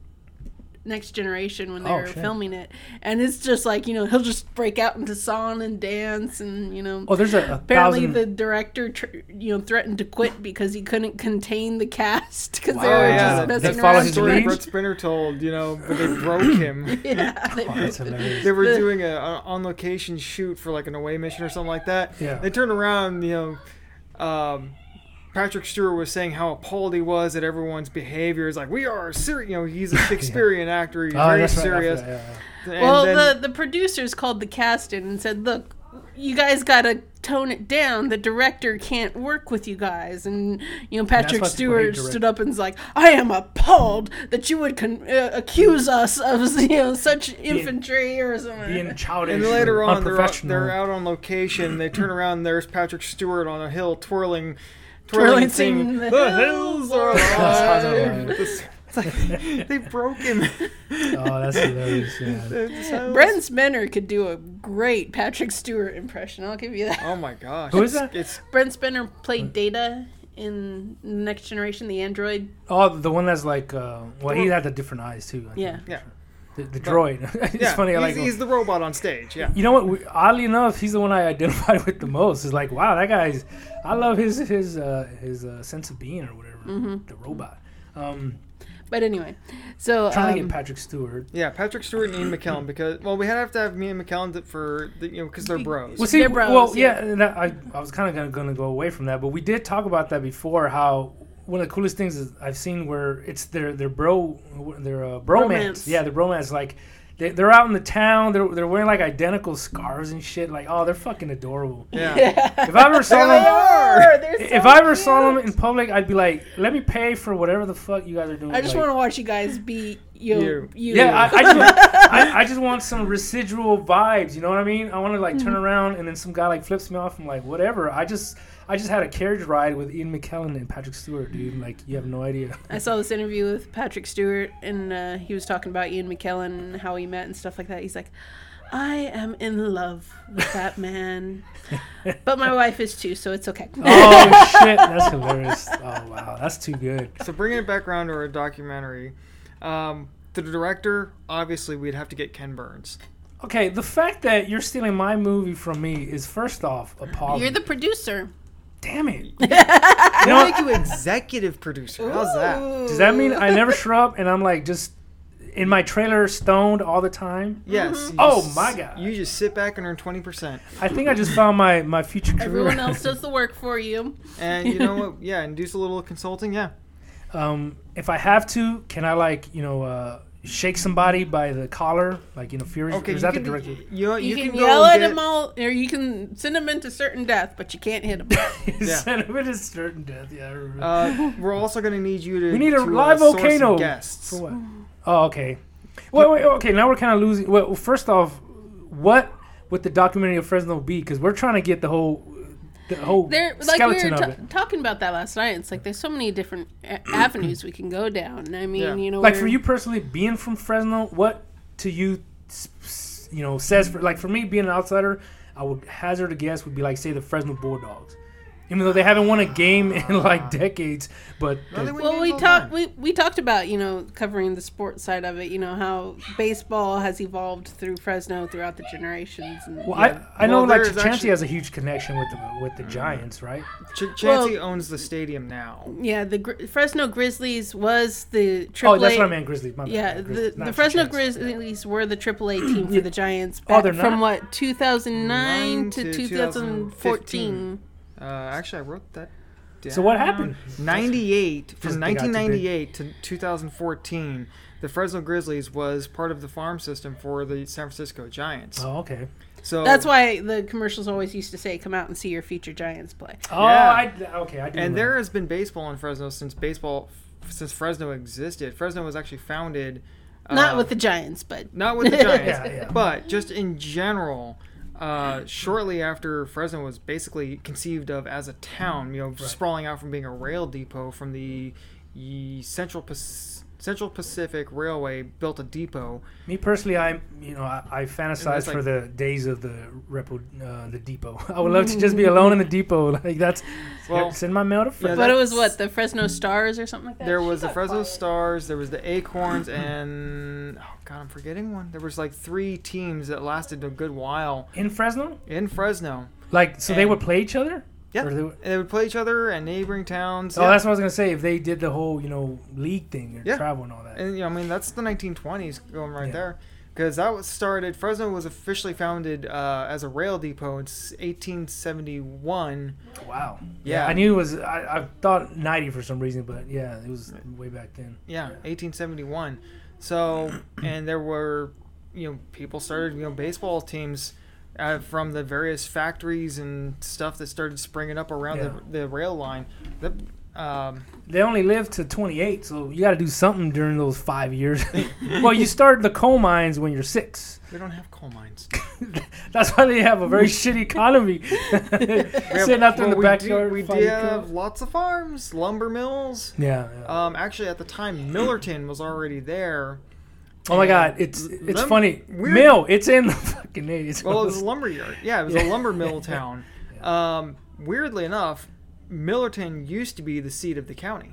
S3: Next Generation when they
S2: Oh,
S3: were
S2: shit.
S3: filming it, and it's just like you know he'll just break out into song and dance, and you know.
S2: Oh,
S1: (laughs)
S2: there's a, a
S3: Apparently,
S2: thousand.
S3: the director, tr- you know, threatened to quit because he couldn't contain the cast (laughs) because they
S1: Wow.
S3: were
S1: Oh, Yeah,
S3: just
S1: that-
S3: messing
S2: Oh, that follows
S3: around.
S1: That
S2: his
S3: too
S1: story
S2: lead.
S3: much.
S1: Brett Spinner told, you know, but
S2: (coughs)
S1: they broke him.
S3: (laughs) Yeah, they
S2: Oh,
S3: were-
S2: that's
S1: (laughs)
S2: hilarious.
S1: They were
S3: The-
S1: doing a, a on location shoot for like an away mission or something like that.
S2: Yeah.
S1: They turned around, you know, um, Patrick Stewart was saying how appalled he was at everyone's behavior. He's like, we are serious. You know,
S2: (laughs)
S1: he's a Shakespearean actor. He's
S2: Oh,
S1: very
S2: that's right, I
S1: serious.
S2: forgot, yeah, yeah.
S1: And
S3: well,
S1: then-
S3: the the producers called the cast in and said, "Look, you guys gotta tone it down. The director can't work with you guys. And you know, Patrick
S2: why people hate
S3: Stewart
S2: direct-
S3: stood up and's like, I am appalled that you would con- uh, accuse us of (laughs) you know such infantry or something.
S2: being childish
S1: And later
S2: or
S1: on, they're, out-
S2: unprofessional.
S1: they're
S2: (laughs)
S1: out on location. They turn around. And there's Patrick Stewart on a hill twirling,
S3: Twirling,
S1: twirling, singing,
S3: singing,
S1: "The
S3: "The
S1: hills are (laughs)
S2: hills are
S1: alive."
S2: alive.
S1: It's
S2: (laughs)
S1: like (laughs) they broke him.
S2: oh, that's hilarious. Yeah.
S3: Brent Spinner could do a great Patrick Stewart impression. I'll give you
S2: (laughs)
S3: that.
S1: Oh my gosh!
S2: Who is
S1: It's-
S2: that?
S1: It's
S3: Brent Spinner
S2: Hmm.
S3: played Data in Next Generation, the android.
S2: Oh, the one that's like, uh, well, he had the different eyes too. I think.
S3: Yeah.
S1: yeah,
S2: The, the droid. (laughs) it's
S1: yeah.
S2: funny. I
S1: he's,
S2: like.
S1: he's the robot on stage. Yeah,
S2: you know what? We, oddly enough, he's the one I (laughs) identify with the most. It's like, wow, that guy's. I love his his uh, his uh, sense of being or whatever.
S3: Mm-hmm.
S2: The robot. Um,
S3: But anyway, so
S2: trying
S3: um,
S2: to get Patrick Stewart.
S1: yeah. Patrick Stewart and Ian McKellen because well, we have to have me and McKellen to- for the, you know because they're bros.
S2: Well, see,
S3: They're bros,
S2: well,
S3: yeah.
S2: yeah, and that, I, I was kind of going to go away from that, but we did talk about that before. How one of the coolest things is I've seen where it's their their bro their uh, bromance,
S3: Bromance.
S2: yeah, their bromance. Like they, they're out in the town, they're they're wearing like identical scarves and shit. Like, oh, they're fucking adorable.
S1: yeah.
S3: (laughs)
S2: If I ever saw
S1: They
S2: them,
S1: are!
S3: They're um, so
S2: if I ever saw
S3: cute.
S2: them in public, I'd be like, let me pay for whatever the fuck you guys are doing.
S3: I just
S2: like-
S3: want to watch you guys be you.
S1: You.
S3: you.
S2: yeah, I, I,
S3: (laughs)
S2: just, I, I just want some residual vibes. You know what I mean? I want to like turn
S3: Mm-hmm.
S2: around and then some guy like flips me off. I'm like, whatever. I just I just had a carriage ride with Ian McKellen and Patrick Stewart, dude. Like, you have no
S3: (laughs)
S2: idea.
S3: I saw this interview with Patrick Stewart, and uh, he was talking about Ian McKellen and how he met and stuff like that. He's like, I am in love with (laughs) that man, but my wife is too, so it's okay.
S2: Oh shit, that's hilarious. Oh wow, that's too good.
S1: So bringing it back around to our documentary, um, the director obviously we'd have to get Ken Burns.
S2: Okay, the fact that you're stealing my movie from me is first off appalling.
S3: You're the producer.
S2: damn
S3: (laughs)
S2: it. you know,
S1: Make you executive producer. How's that?
S2: does that mean I
S3: (laughs)
S2: never show up and I'm like just in my trailer stoned all the time?
S1: Yes.
S3: Mm-hmm.
S1: you
S2: Oh,
S1: just-
S2: my God.
S1: You just sit back and earn twenty percent,
S2: I think I just found my my future career.
S3: Everyone else does the work for you.
S1: and you know what? Yeah, and do a little consulting. Yeah.
S2: um, if I have to, can I like you know uh, shake somebody by the collar, like you know Fury?
S1: Okay.
S2: or is
S1: you
S2: that the
S1: can-
S2: director?
S1: You, know,
S3: You,
S1: you
S3: can,
S1: go
S3: yell
S1: and
S3: at
S1: get-
S3: him all, or you can send him into certain death, but you
S2: (laughs)
S3: can't hit him.
S1: (laughs) Yeah.
S2: Send him into certain death. Yeah. I remember.
S1: Uh, we're also gonna need you to.
S2: We need a
S1: to, uh,
S2: live
S1: source some
S2: volcano.
S1: Guests.
S2: For what? Oh, okay. Wait, wait, okay. Now we're kind of losing. Well, first off, what would the documentary of Fresno be? Because we're trying to get the whole, the whole
S3: There, like we
S2: skeleton
S3: were
S2: of
S3: ta
S2: it.
S3: talking about that last night. It's like there's so many different a- avenues we can go down. I mean,
S1: Yeah.
S3: you know,
S2: Like
S3: we're-
S2: for you personally, being from Fresno, what to you, s- s- you know, says for like for me being an outsider, I would hazard a guess would be like say the Fresno Bulldogs, even though they haven't won a game in like decades. But
S1: No, they win
S3: Well,
S1: games
S3: we
S1: all the time.
S3: talked we, we talked about you know covering the sports side of it. You know how baseball has evolved through Fresno throughout the generations. And,
S2: well,
S3: yeah.
S2: I I know
S1: Well,
S2: like
S1: there's
S2: Chancey
S1: actually-
S2: has a huge connection with the with the Giants, right?
S1: Ch-
S3: Well-
S1: Chansey owns the stadium now.
S3: yeah, the Gri- Fresno Grizzlies was the triple
S2: Oh, that's what I meant, Grizzlies. My bad,
S3: Yeah,
S2: Grizzlies,
S3: the,
S2: not
S3: the Fresno
S2: Chancey.
S3: Grizzlies were the AAA team for the Giants
S2: Oh,
S3: back
S2: they're
S3: from
S2: not?
S3: what 2009 to
S1: Nine to
S3: 2014.
S1: Uh, actually, I wrote that. Down.
S2: So what happened?
S1: 98 from
S2: Just got too big.
S1: 1998 to 2014 the fresno grizzlies was part of the farm system for the san francisco giants
S2: Oh, okay.
S1: so
S3: That's why the commercials always used to say, "Come out and see your future Giants play."
S2: Oh,
S1: Yeah.
S2: I, okay. I do
S1: and
S2: remember.
S1: there has been baseball in fresno since baseball since fresno existed fresno was actually founded
S3: Not
S1: uh,
S3: with the Giants, but
S1: not with the giants
S2: (laughs) Yeah, yeah.
S1: but just in general uh, shortly after Fresno was basically conceived of as a town, you know, sprawling out from being a rail depot from the ye- Central Pac- Central Pacific Railway built a depot.
S2: Me personally, I you know I, I fantasize
S1: that's
S2: for
S1: like-
S2: the days of the repo, uh, the depot. (laughs) I would love to just be alone in the depot. Like that's
S1: Well-
S2: send my mail to
S1: Yeah,
S2: Fred.
S3: but it was what the Fresno Stars or something like that.
S1: There
S3: She
S1: was the
S3: got
S1: Fresno
S3: fired.
S1: Stars, there was the
S2: (clears throat)
S1: Acorns, and oh god, I'm forgetting one. There was like three teams that lasted a good while
S2: in Fresno.
S1: in Fresno.
S2: Like so, they
S1: And-
S2: would play each other.
S1: Yeah,
S2: Or they would-
S1: and they would play each other and neighboring towns.
S2: Oh,
S1: yeah.
S2: that's what I was gonna say. If they did the whole you know league thing and
S1: Yeah.
S2: travel and all that.
S1: And you know, I mean, that's the 1920s going right
S2: Yeah.
S1: there, because that was started. Fresno was officially founded uh, as a rail depot in s- 1871.
S2: wow.
S1: Yeah.
S2: I knew it was. I, I thought ninety for some reason, but yeah, it was way back then.
S1: Yeah, 1871.
S2: (clears throat)
S1: So, and there were, you know, people started, you know, baseball teams uh, from the various factories and stuff that started springing up around
S2: Yeah.
S1: the, the rail line. The, um,
S2: They only live to 28, so you got to do something during those five years. (laughs) well, you start the coal mines when you're six. (laughs)
S1: we don't have coal mines.
S2: That's why they have
S1: (laughs)
S2: a very shitty economy.
S1: We have-
S2: (laughs) Sitting out there in
S1: well,
S2: the
S1: we do-
S2: backyard.
S1: We do,
S2: fighting
S1: have
S2: coal.
S1: lots of farms, lumber mills.
S2: Yeah. yeah.
S1: Um, actually, at the time, Millerton was already there.
S2: oh my God, it's it's
S1: lem-
S2: funny.
S1: weird-
S2: Mill, it's in the fucking 80s.
S1: Well, it was a lumber yard. Yeah, it was a lumber mill town. Um, weirdly enough, Millerton used to be the seat of the county.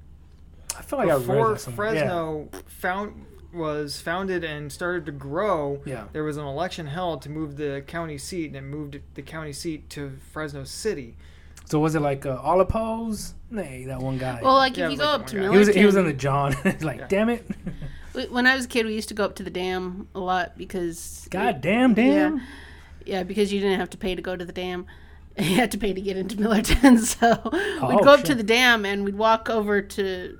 S2: (laughs) I feel like I read
S1: Before
S2: that somewhere. Yeah.
S1: Fresno found was founded and started to grow,
S2: Yeah.
S1: there was an election held to move the county seat, and it moved the county seat to Fresno City.
S2: So was it like uh, Olipos? Nay, that one guy.
S3: Well, like
S1: Yeah, it was
S3: if you go
S1: like oh
S3: up
S1: the
S3: to
S1: one guy.
S2: he was
S3: Millington,
S2: he was in the John. (laughs) like,
S1: Yeah.
S2: damn it,
S3: we- when I was a kid, we used to go up to the dam a lot because
S2: god damn,
S3: (laughs)
S2: damn.
S3: yeah, because you didn't have to pay to go to the dam. (laughs) You had to pay to get into Millerton, (laughs) so
S2: Oh,
S3: we'd go up to
S2: shit.
S3: the dam and we'd walk over to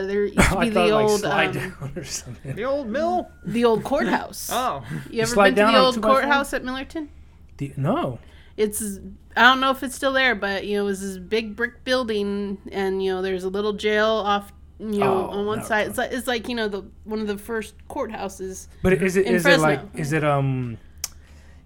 S2: (laughs)
S3: there used to
S2: I
S3: be
S2: thought
S3: the
S2: like
S3: old
S2: slide
S3: um,
S2: down or (laughs) something.
S1: The old mill.
S2: Mm.
S3: the old courthouse.
S1: (laughs) Oh,
S3: You ever
S2: slide
S3: been
S2: down
S3: to the
S2: on a
S3: old
S2: two by four?
S3: courthouse at Millerton?
S2: The- no,
S3: It's I don't know if it's still there, but you know, it was this big brick building, and you know, there's a little jail off. You know,
S2: Oh,
S3: on one
S2: no.
S3: side, it's like, it's like you know the one of the first courthouses.
S2: but is it
S3: In
S2: is
S3: Fresno.
S2: it like is it um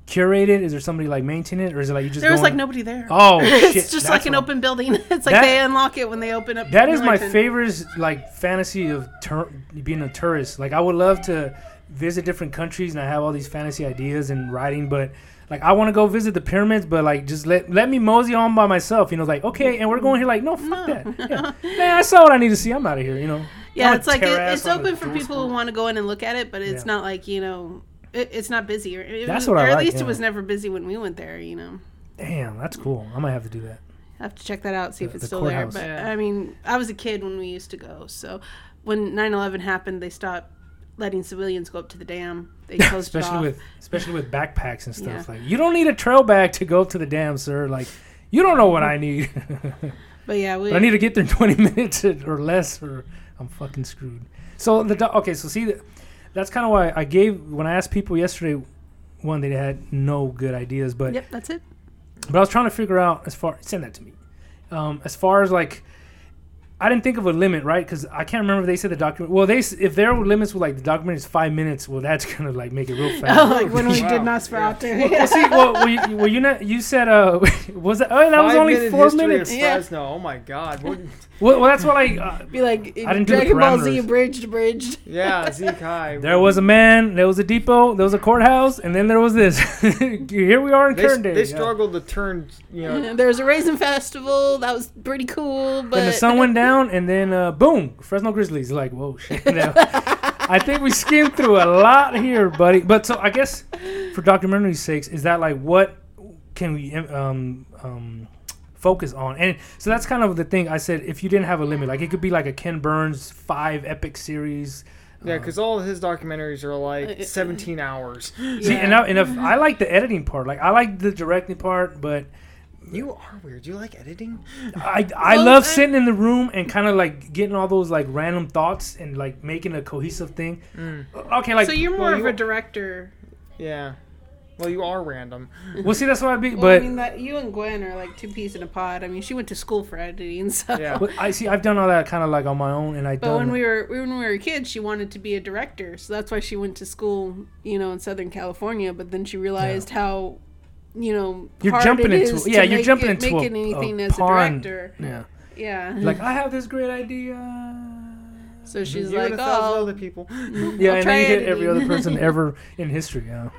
S2: curated? Is there somebody like maintaining it, or is it like you just
S3: There was like
S2: going-
S3: nobody there.
S2: Oh shit!
S3: (laughs) it's just
S2: that's
S3: like an
S2: what-
S3: open building. (laughs) It's like
S2: That-
S3: they unlock it when they open up.
S2: That is my
S3: Millington.
S2: favorite like fantasy of tur- being a tourist. Like I would love to visit different countries and I have all these fantasy ideas and writing, but like I want to go visit the pyramids, but like just let let me mosey on by myself. You know, like okay, and we're going here. Like no, fuck (laughs) that.
S3: (laughs)
S2: Yeah. Man, I saw what I need to see. I'm out of here. You know.
S3: Yeah,
S2: I'ma
S3: it's like
S2: tear
S3: it,
S2: ass
S3: it's
S2: on the
S3: open for
S2: doorstep.
S3: people who want to go in and look at it, but it's
S2: Yeah.
S3: not like you know, it, it's not busy. Or, it
S2: That's
S3: was-
S2: what I
S3: or at
S2: like,
S3: least
S2: yeah.
S3: it was never busy when we went there. You know.
S2: Damn, that's cool. I might have to do that.
S3: I have to check that out, see if
S2: The-
S3: it's
S2: the
S3: still
S2: courthouse.
S3: there. But
S1: Yeah.
S3: I mean, I was a kid when we used to go. So when 9 11 happened, they stopped letting civilians go up to the dam.
S2: (laughs)
S3: They closed it
S2: especially
S3: off.
S2: with especially with backpacks and stuff.
S3: Yeah.
S2: Like you don't need a trail bag to go up to the dam, sir. Like you don't know what I need. (laughs)
S3: but yeah, we,
S2: But I need to get (laughs) there in 20 minutes or less, or I'm fucking screwed. So the do- okay, so see, th- that's kind of why I gave when I asked people yesterday, one they had no good ideas, but
S3: Yep, that's it.
S2: but I was trying to figure out as far send that to me, um, as far as like. I didn't think of a limit, right? Because I can't remember. if They said the document. Well, they s- if their limits were like the document is five minutes. Well, that's (laughs) gonna like make it real fast. (laughs)
S3: (laughs) Oh, like when we
S1: Wow.
S3: did not sprout there. (laughs)
S2: Well, see, well, were you, were you not? You said, uh, (laughs) was that? Oh, that was
S1: Five
S2: only
S1: minute
S2: four
S1: history of
S2: minutes.
S3: Yeah.
S1: Fresno. Oh my God. What,
S2: Well, well, that's what I. Uh,
S3: Be like
S2: I didn't do the
S3: Dragon Ball Z
S2: parameters.
S3: abridged, abridged.
S1: yeah, Zeke High.
S2: There was a man, there was a depot, there was a courthouse, and then there was this. (laughs) Here we are in
S1: They,
S2: current day.
S1: they
S2: yeah.
S1: struggled to turn. You
S3: (laughs)
S1: know,
S3: There was a raisin festival that was pretty cool, but
S2: Then the sun went down, and then uh, boom, Fresno Grizzlies. Like, whoa, shit.
S1: (laughs)
S2: Now, I think we skimmed through a lot here, buddy. But so I guess for documentary's sakes, is that like what can we um, um, focus on? And so that's kind of the thing I said. If you didn't have a limit, like it could be like a Ken Burns five epic series.
S1: Yeah, because all of his documentaries are
S3: Uh,
S1: like 17 hours.
S2: See,
S3: Yeah.
S2: and, I, and if, I like the editing part. Like I like the directing part, but
S1: You are weird. You like editing?
S2: I, I
S3: Well,
S2: love
S3: I-
S2: sitting in the room and kind of like getting all those like random thoughts and like making a cohesive thing. Okay, like
S3: Mm. so you're more
S1: well,
S3: of
S1: you-
S3: a director.
S1: Yeah. Well, you are random.
S2: we'll see. That's what I be,
S3: Well,
S2: but
S3: I mean that you and Gwen are like two peas in a pod. I mean, she went to school for editing, (laughs) so
S1: Yeah.
S2: but I see. I've done all that kind of like on my own, and I
S3: But
S2: done.
S3: when we were when we were kids, she wanted to be a director, so that's why she went to school, you know, in Southern California. But then she realized how, you know,
S2: You're
S3: hard
S2: jumping
S3: it
S2: into-
S3: is
S2: yeah,
S3: to
S2: you're
S3: make
S2: jumping
S3: it,
S2: into
S3: making
S2: a- a
S3: anything as a
S2: pond.
S3: director.
S2: yeah,
S3: Yeah,
S2: like I have this great idea.
S3: so she's
S1: you
S3: like,
S1: and a thousand
S3: oh,
S1: other people.
S2: Yeah, and
S3: try
S2: then you hit every other
S3: editing.
S2: person ever in history.
S3: (laughs)
S2: Yeah.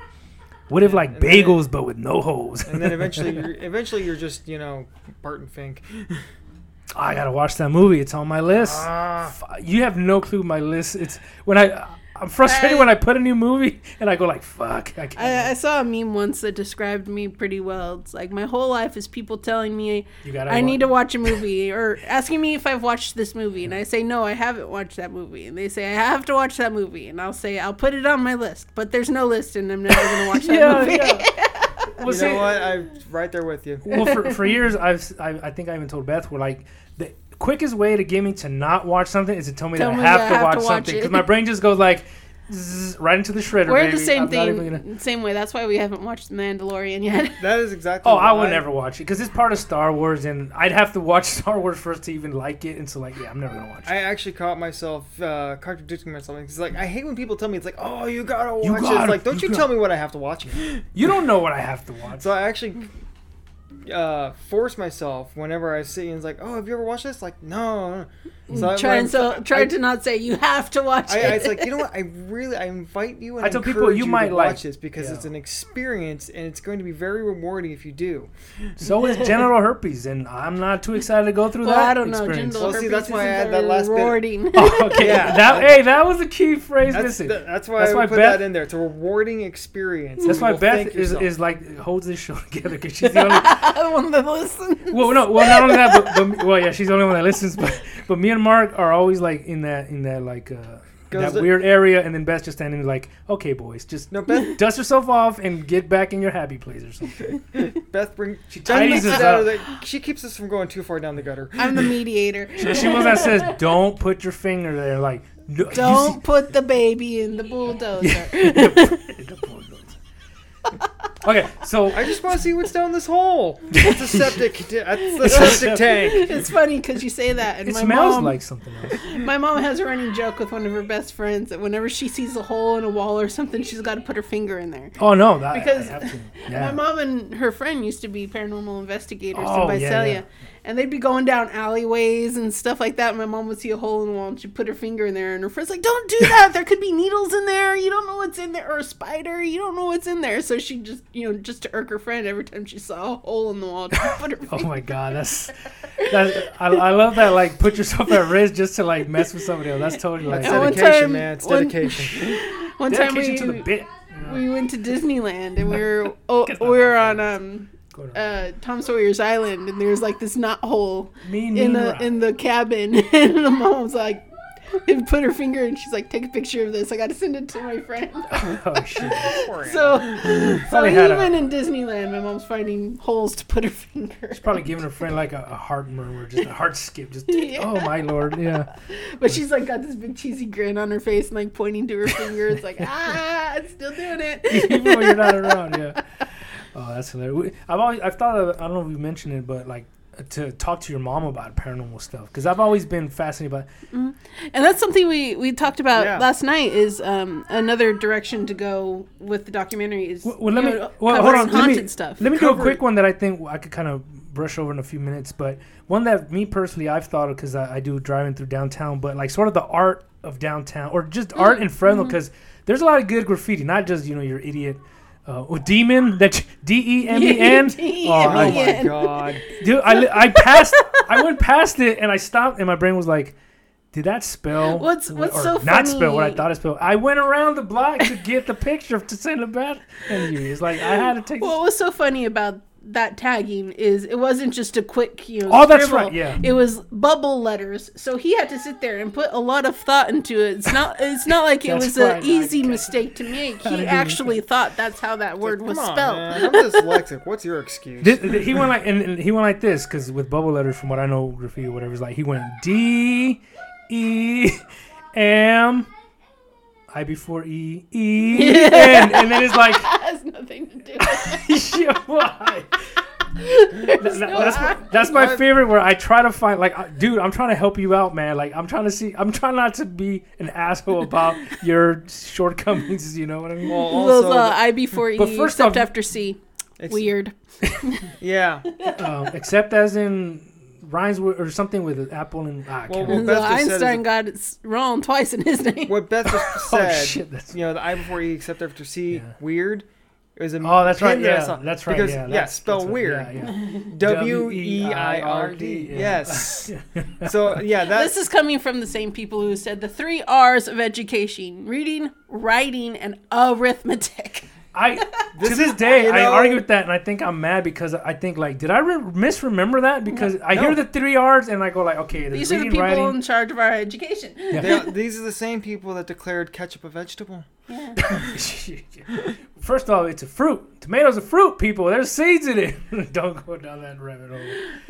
S2: What if like
S1: And then-
S2: bagels but with no holes?
S1: And then eventually, you're, eventually you're just you know Barton Fink.
S2: (laughs) I gotta watch that movie. It's on my list.
S1: Ah.
S2: F- You have no clue my list. It's when I I'm frustrated when I put a new movie and I go like fuck. I can't.
S3: I, I saw a meme once that described me pretty well. It's like my whole life is people telling me
S2: you gotta.
S3: I
S2: watch-
S3: need to watch a
S1: (laughs)
S3: movie or asking me if I've watched this movie and I say no I haven't watched that movie and they say I have to watch that movie and I'll say I'll put it on my list but there's no list and I'm never going to
S1: (laughs)
S3: watch that
S2: Yeah,
S3: movie.
S2: yeah. (laughs) Well,
S1: You
S2: see-
S1: know what? I'm right there with you.
S2: well, for, for years, I've s- I, I think I even told Beth, we're like the quickest way to get me to not watch something is to tell me
S3: Tell
S2: that
S3: me
S2: I have
S3: I
S2: to
S3: have
S2: watch
S3: to watch
S2: something
S3: it.
S2: because my brain just goes like, zzz, right into the shredder.
S3: (laughs) We're
S2: baby.
S3: the same
S2: I'm not even
S3: thing,
S2: gonna-
S3: same way. That's why we haven't watched The Mandalorian yet.
S1: That is exactly.
S2: Oh, I
S1: why-
S2: would never watch it because it's part of Star Wars, and I'd have to watch (laughs) Star Wars first to even like it. And so, like, yeah, I'm never gonna watch it.
S1: I actually caught myself uh, contradicting myself because, like, I hate when people tell me it's like, "Oh, you gotta watch
S2: You
S1: it." It's
S2: gotta-
S1: like, don't
S2: you
S1: you tell me what I have to watch.
S2: You don't know what I have to watch.
S1: So I actually uh, force myself whenever I see and it's like, "Oh, have you ever watched this?" Like, no. no." (laughs)
S3: (laughs)
S1: So I-
S3: trying so
S1: I-
S3: trying
S1: I-
S3: to not say you have to watch
S1: I,
S3: it.
S1: I, it's like you know what? I really I invite you and
S2: I
S1: I
S2: tell
S1: tell
S2: people you
S1: you,
S2: might
S1: to
S2: like-
S1: watch this because
S2: yeah.
S1: it's an experience and it's going to be very rewarding if you do.
S2: So is genital herpes, and I'm not too excited to go through
S3: (laughs) well,
S2: that.
S3: I don't know.
S2: experience.
S3: Genital
S1: Well, see, that's
S3: herpes
S1: why I
S3: isn't
S1: had that last
S3: very
S1: bit. (laughs)
S3: (laughs) rewarding.
S2: Oh, (laughs) okay,
S1: Yeah.
S2: that hey, that was a key phrase
S1: That's,
S2: missing.
S1: th- that's why
S2: That's
S1: I
S2: why
S1: put
S2: Beth-
S1: that in there. It's a rewarding experience.
S2: That's
S1: You
S2: why
S1: will
S2: Beth
S1: thank
S2: is,
S1: yourself.
S2: is like holds this show (laughs) together because she's the only.
S3: One that listens.
S2: Well, no, well, not only that, but, but well, yeah, she's the only one that listens. But but me and Mark are always like in that in that like uh, that
S1: Goes the-
S2: weird area, and then Beth's just standing there like, okay, boys, just
S1: no Beth.
S2: dust yourself off and get back in your happy place
S1: (laughs)
S2: or something.
S1: Beth bring
S2: (laughs)
S1: she
S2: tidies
S1: tidies
S2: us
S1: us out of
S2: up.
S1: the, She keeps us from going too far down the gutter.
S3: I'm the (laughs) mediator.
S2: she was that says, don't put your finger there, like no, you
S3: Don't put the baby in the bulldozer.
S1: (laughs)
S2: see- (laughs) okay, so
S1: I just want to see what's down this hole. It's a
S2: (laughs)
S1: septic. That's the septic tank.
S3: (laughs) It's funny because you say that, and
S2: it
S3: my
S2: smells
S3: mom,
S2: like something else.
S3: my mom has a running joke with one of her best friends that whenever she sees a hole in a wall or something, she's got to put her finger in there.
S2: Oh no, that,
S3: Because
S2: I have to. Yeah.
S3: My mom and her friend used to be paranormal investigators
S2: Oh,
S3: in
S2: yeah,
S3: Visalia.
S2: yeah.
S3: And they'd be going down alleyways and stuff like that. My mom would see a hole in the wall and she'd put her finger in there. And her friend's like, Don't do that. There could be needles in there. You don't know what's in there. Or a spider. You don't know what's in there. So she just, you know, just to irk her friend, every time she saw a hole in the wall, she'd put her finger
S2: (laughs) Oh my god, that's that's I, I love that like put yourself at risk just to like mess with somebody else. That's totally like
S1: That's
S3: And one
S1: dedication,
S3: time-
S1: man. It's
S3: one-
S2: (laughs)
S1: dedication.
S3: One time we,
S2: dedication to the bit.
S3: we went to Disneyland and we
S2: (laughs)
S3: were, oh,
S2: That's
S3: we
S2: not
S3: were
S2: my
S3: on um,
S2: Go to-
S3: uh, Tom Sawyer's Island and there's like this knot hole
S2: mean, mean
S3: in the
S2: ride.
S3: in the cabin, (laughs) and the mom was like, and put her finger, and she's like, take a picture of this. I got to send it to my friend.
S2: (laughs) oh shit.
S3: So, so
S2: Probably had a-
S3: even in Disneyland, my mom's finding holes to put her finger.
S2: Probably giving her friend like a, a heart murmur, just a heart skip, just
S3: (laughs) Yeah.
S2: oh my lord, yeah. (laughs)
S3: But she's like got this big cheesy grin on her face and like pointing to her finger. It's like ah, it's still doing
S2: Even when you're
S3: it.
S2: not around, yeah. Oh, that's hilarious. We- I've always I've thought of I don't know if we mentioned it, but like to talk to your mom about paranormal stuff because I've always been fascinated by
S3: (laughs) and that's something we we talked about
S1: Yeah.
S3: last night. Is um another direction to go with the documentary is
S2: Well, well, let
S3: you
S2: me.
S3: know,
S2: Well, hold
S3: covering
S2: on. Let
S3: haunted
S2: me,
S3: stuff.
S2: Let me do a
S1: Covered.
S2: quick one that I think I could kind of brush over in a few minutes, but one that me personally I've thought of because I, I do driving through downtown, but like sort of the art of downtown or just art in Fresno because there's a lot of good graffiti, not just you know your idiot. Uh, oh, demon that (laughs) D E M E N. Oh,
S1: Oh
S2: I-
S1: my
S3: Yeah.
S1: god.
S2: dude, I, li- I passed. I went past it and I stopped, and my brain was like, "Did that spell?
S3: What's- what's
S2: or
S3: so
S2: not spell what I
S3: funny-
S2: thought it spelled?" I went around the block to get the picture to send it back, and you. It's like I had to take. this-
S3: What was so funny about that tagging is it wasn't just a quick, you know.
S2: Oh, that's
S3: scribble.
S2: right, yeah.
S3: It was bubble letters, so he had to sit there and put a lot of thought into it. It's not. It's not like it
S2: That's
S3: was
S2: right, I
S3: an easy
S2: got it.
S3: mistake to make.
S2: didn't (laughs)
S3: He
S2: even
S3: actually thought that's how that word was
S1: Come on,
S3: spelled. (laughs)
S1: man. I'm dyslexic. What's your excuse?
S2: This- th- he went like and, and he went like this because with bubble letters, from what I know, graffiti or whatever, is like he went D E M I before E E
S3: (laughs)
S2: N, and then it's like (laughs)
S3: That has nothing to do. with
S2: Yeah, why?
S3: (laughs)
S2: That-
S3: no
S2: that's, my,
S3: I.
S2: that's my
S1: Why-
S2: favorite where I try to find like uh, dude I'm trying to help you out man like I'm trying to see I'm trying not to be an asshole about your shortcomings you know what I mean
S1: well,
S3: Those,
S1: also,
S3: uh, I before E,
S2: But first
S3: except
S2: off-
S3: after C.
S1: it's-
S3: Weird.
S1: Yeah.
S2: um, except as in rhymes with, or something with an apple and ah, I can't
S1: Well,
S2: remember.
S1: well, Beth just said is
S3: Einstein
S1: a-
S3: got it s- wrong twice in his (laughs) name.
S1: What Beth just
S2: (laughs) oh
S1: said.
S2: shit that's
S1: you know, the I before E except after C,
S2: Yeah.
S1: weird. It was a
S2: oh that's right
S1: pin that I
S2: yeah
S1: saw.
S2: that's right
S1: Because,
S2: yeah
S1: yeah,
S2: that's-
S1: spell
S2: that's right,
S1: weird.
S2: yeah, yeah.
S1: W E I R D.
S2: yeah. (laughs)
S1: Yes. so yeah, that's
S3: This is coming from the same people who said the three R's of education reading, writing, and arithmetic.
S2: I to this day
S1: you
S2: I
S1: know-
S2: argue with that, and I think I'm mad because I think like, did I re- misremember that? Because I hear the three R's and I go like, okay, there's
S3: These are the
S2: reading,
S3: people in
S2: writing.
S3: charge of our education.
S1: they, these are the same people that declared ketchup a vegetable.
S2: (laughs) First of all, it's a fruit. Tomatoes are (laughs) fruit, people. There's seeds in it. Don't go down that rabbit hole.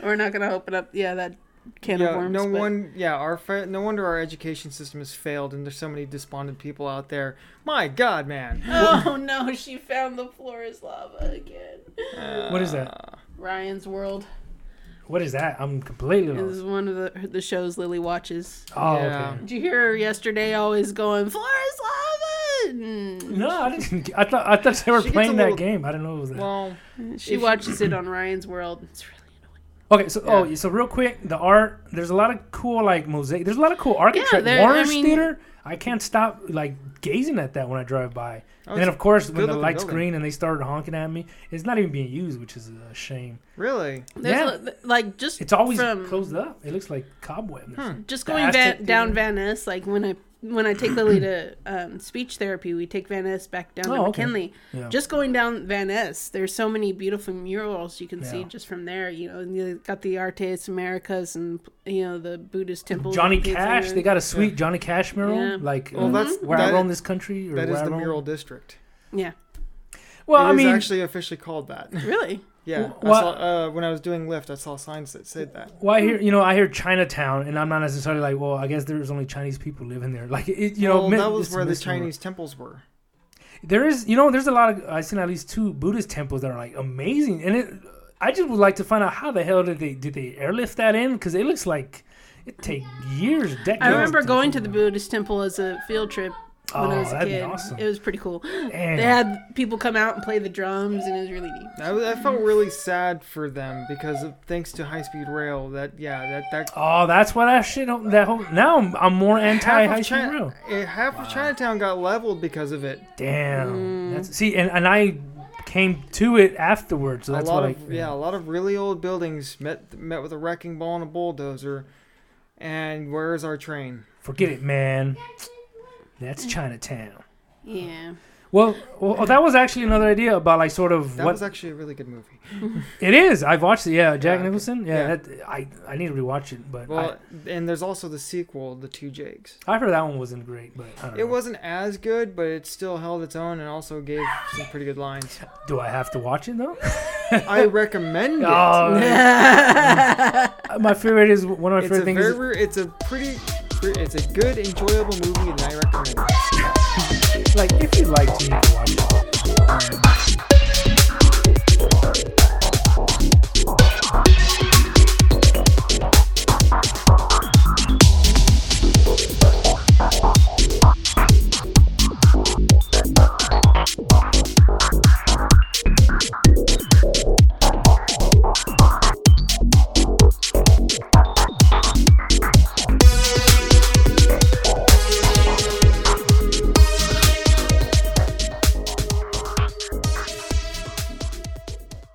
S3: We're not going to open up, yeah, that can of
S1: yeah,
S3: worms.
S1: no
S3: but-
S1: one. Yeah, our fa- no wonder our education system has failed, and there's so many despondent people out there. My God, man.
S3: Oh no, she found the floor is lava again.
S2: What is that?
S3: Ryan's World
S2: What is that? I'm completely
S3: is
S2: lost.
S3: one of the the shows Lily watches.
S2: Oh,
S1: Yeah.
S2: okay.
S3: Did you hear her yesterday always going floor is lava? Mm. And
S2: No, I didn't. get- I thought I thought they were
S1: She gets
S2: playing
S1: a
S2: that
S1: little-
S2: game. I didn't know it was that.
S1: Well,
S3: She
S1: If-
S3: watches it on Ryan's World. It's really annoying.
S2: okay, so oh,
S1: yeah.
S2: so real quick, the art. There's a lot of cool like mosaic. There's a lot of cool architecture.
S3: there- I
S2: Lawrence
S3: mean-
S2: Theater. I can't stop like gazing at that when I drive by.
S1: Oh,
S2: and then
S1: it's
S2: of course when the
S1: good-looking
S2: lights
S1: building.
S2: green and they started honking at me, it's not even being used, which is a shame.
S1: really,
S3: There's a- like just
S2: It's always
S3: from
S2: closed up. It looks like cobwebs.
S3: just
S2: The
S3: going
S2: Aztec
S3: van, down Van Ness. Like when I when I take Lily to um, speech therapy, we take Van Ness back down to
S2: Oh, okay.
S3: McKinley.
S2: Yeah.
S3: Just going down Van Ness, there's so many beautiful murals you can see
S2: Yeah.
S3: just from there. You know, and you got the Artes Americas and you know the Buddhist temples.
S2: Johnny
S3: and things like
S2: Cash.
S3: that.
S2: They got a sweet Johnny Cash mural.
S3: Yeah.
S2: Like
S1: Well,
S2: uh,
S1: that's-
S2: where
S1: that-
S2: I roam this country. Or
S1: that
S2: where
S1: is
S2: I
S1: the
S2: roam.
S1: mural district.
S3: yeah,
S2: Well,
S1: it
S2: I
S1: is
S2: mean,
S1: actually officially called that. (laughs)
S2: (laughs)
S3: really.
S1: Yeah, I
S2: Wha-
S1: saw, uh, when I was doing lift, I saw signs that said that.
S2: well, I hear you know I hear Chinatown, and I'm not necessarily like, well, I guess there's only Chinese people living there. (laughs) Like it, you know,
S1: well,
S2: mi-
S1: that was
S2: it's
S1: where the
S2: misnomer.
S1: Chinese temples were.
S2: There is, you know, there's a lot of I've seen at least two Buddhist temples that are like amazing, and it. I just would like to find out how the hell did they did they airlift that in? Because it looks like it take years, decades.
S3: I remember
S2: to-
S3: going to the Buddhist temple as a field trip when I
S2: Oh,
S3: was a
S2: that'd be
S3: kid.
S2: awesome.
S3: It was pretty cool.
S2: Damn.
S3: They had people come out and play the drums, and it was really neat.
S1: I, was- I felt really sad for them because of, thanks to high speed rail, that yeah, that that
S2: Oh, that's why that shit. don't- That whole now I'm, I'm more anti
S1: half,
S2: high
S1: of,
S2: school
S1: China,
S2: rail.
S1: eh, half of Chinatown got leveled because of it. Mm-hmm.
S2: Damn. That's, see, and, and I came to it afterwards, so
S1: A
S2: that's
S1: lot
S2: why.
S1: of yeah, a lot of really old buildings met met with a wrecking ball and a bulldozer. And where is our train?
S2: Forget it, man. That's Chinatown.
S3: Yeah.
S2: Well, well, oh, that was actually another idea about like sort of
S1: That
S2: what
S1: was actually a really good movie.
S2: it is. I've watched it. Yeah, Jack
S1: okay.
S2: Nicholson. Yeah,
S1: Yeah.
S2: That, I I need to rewatch it, but
S1: Well, and there's also the sequel, The Two Jakes.
S2: I, I heard that one wasn't great. But I don't
S1: It
S2: know.
S1: wasn't as good, but it still held its own and also gave some pretty good
S2: (laughs)
S1: lines.
S2: Do I have to watch it though?
S1: I recommend it. (laughs)
S2: Oh, my favorite is one of my
S1: it's a
S2: favorite things.
S1: very,
S2: is-
S1: it's a pretty, pre- it's a good, enjoyable movie, and I recommend it.
S2: like if you'd like to, you can watch it.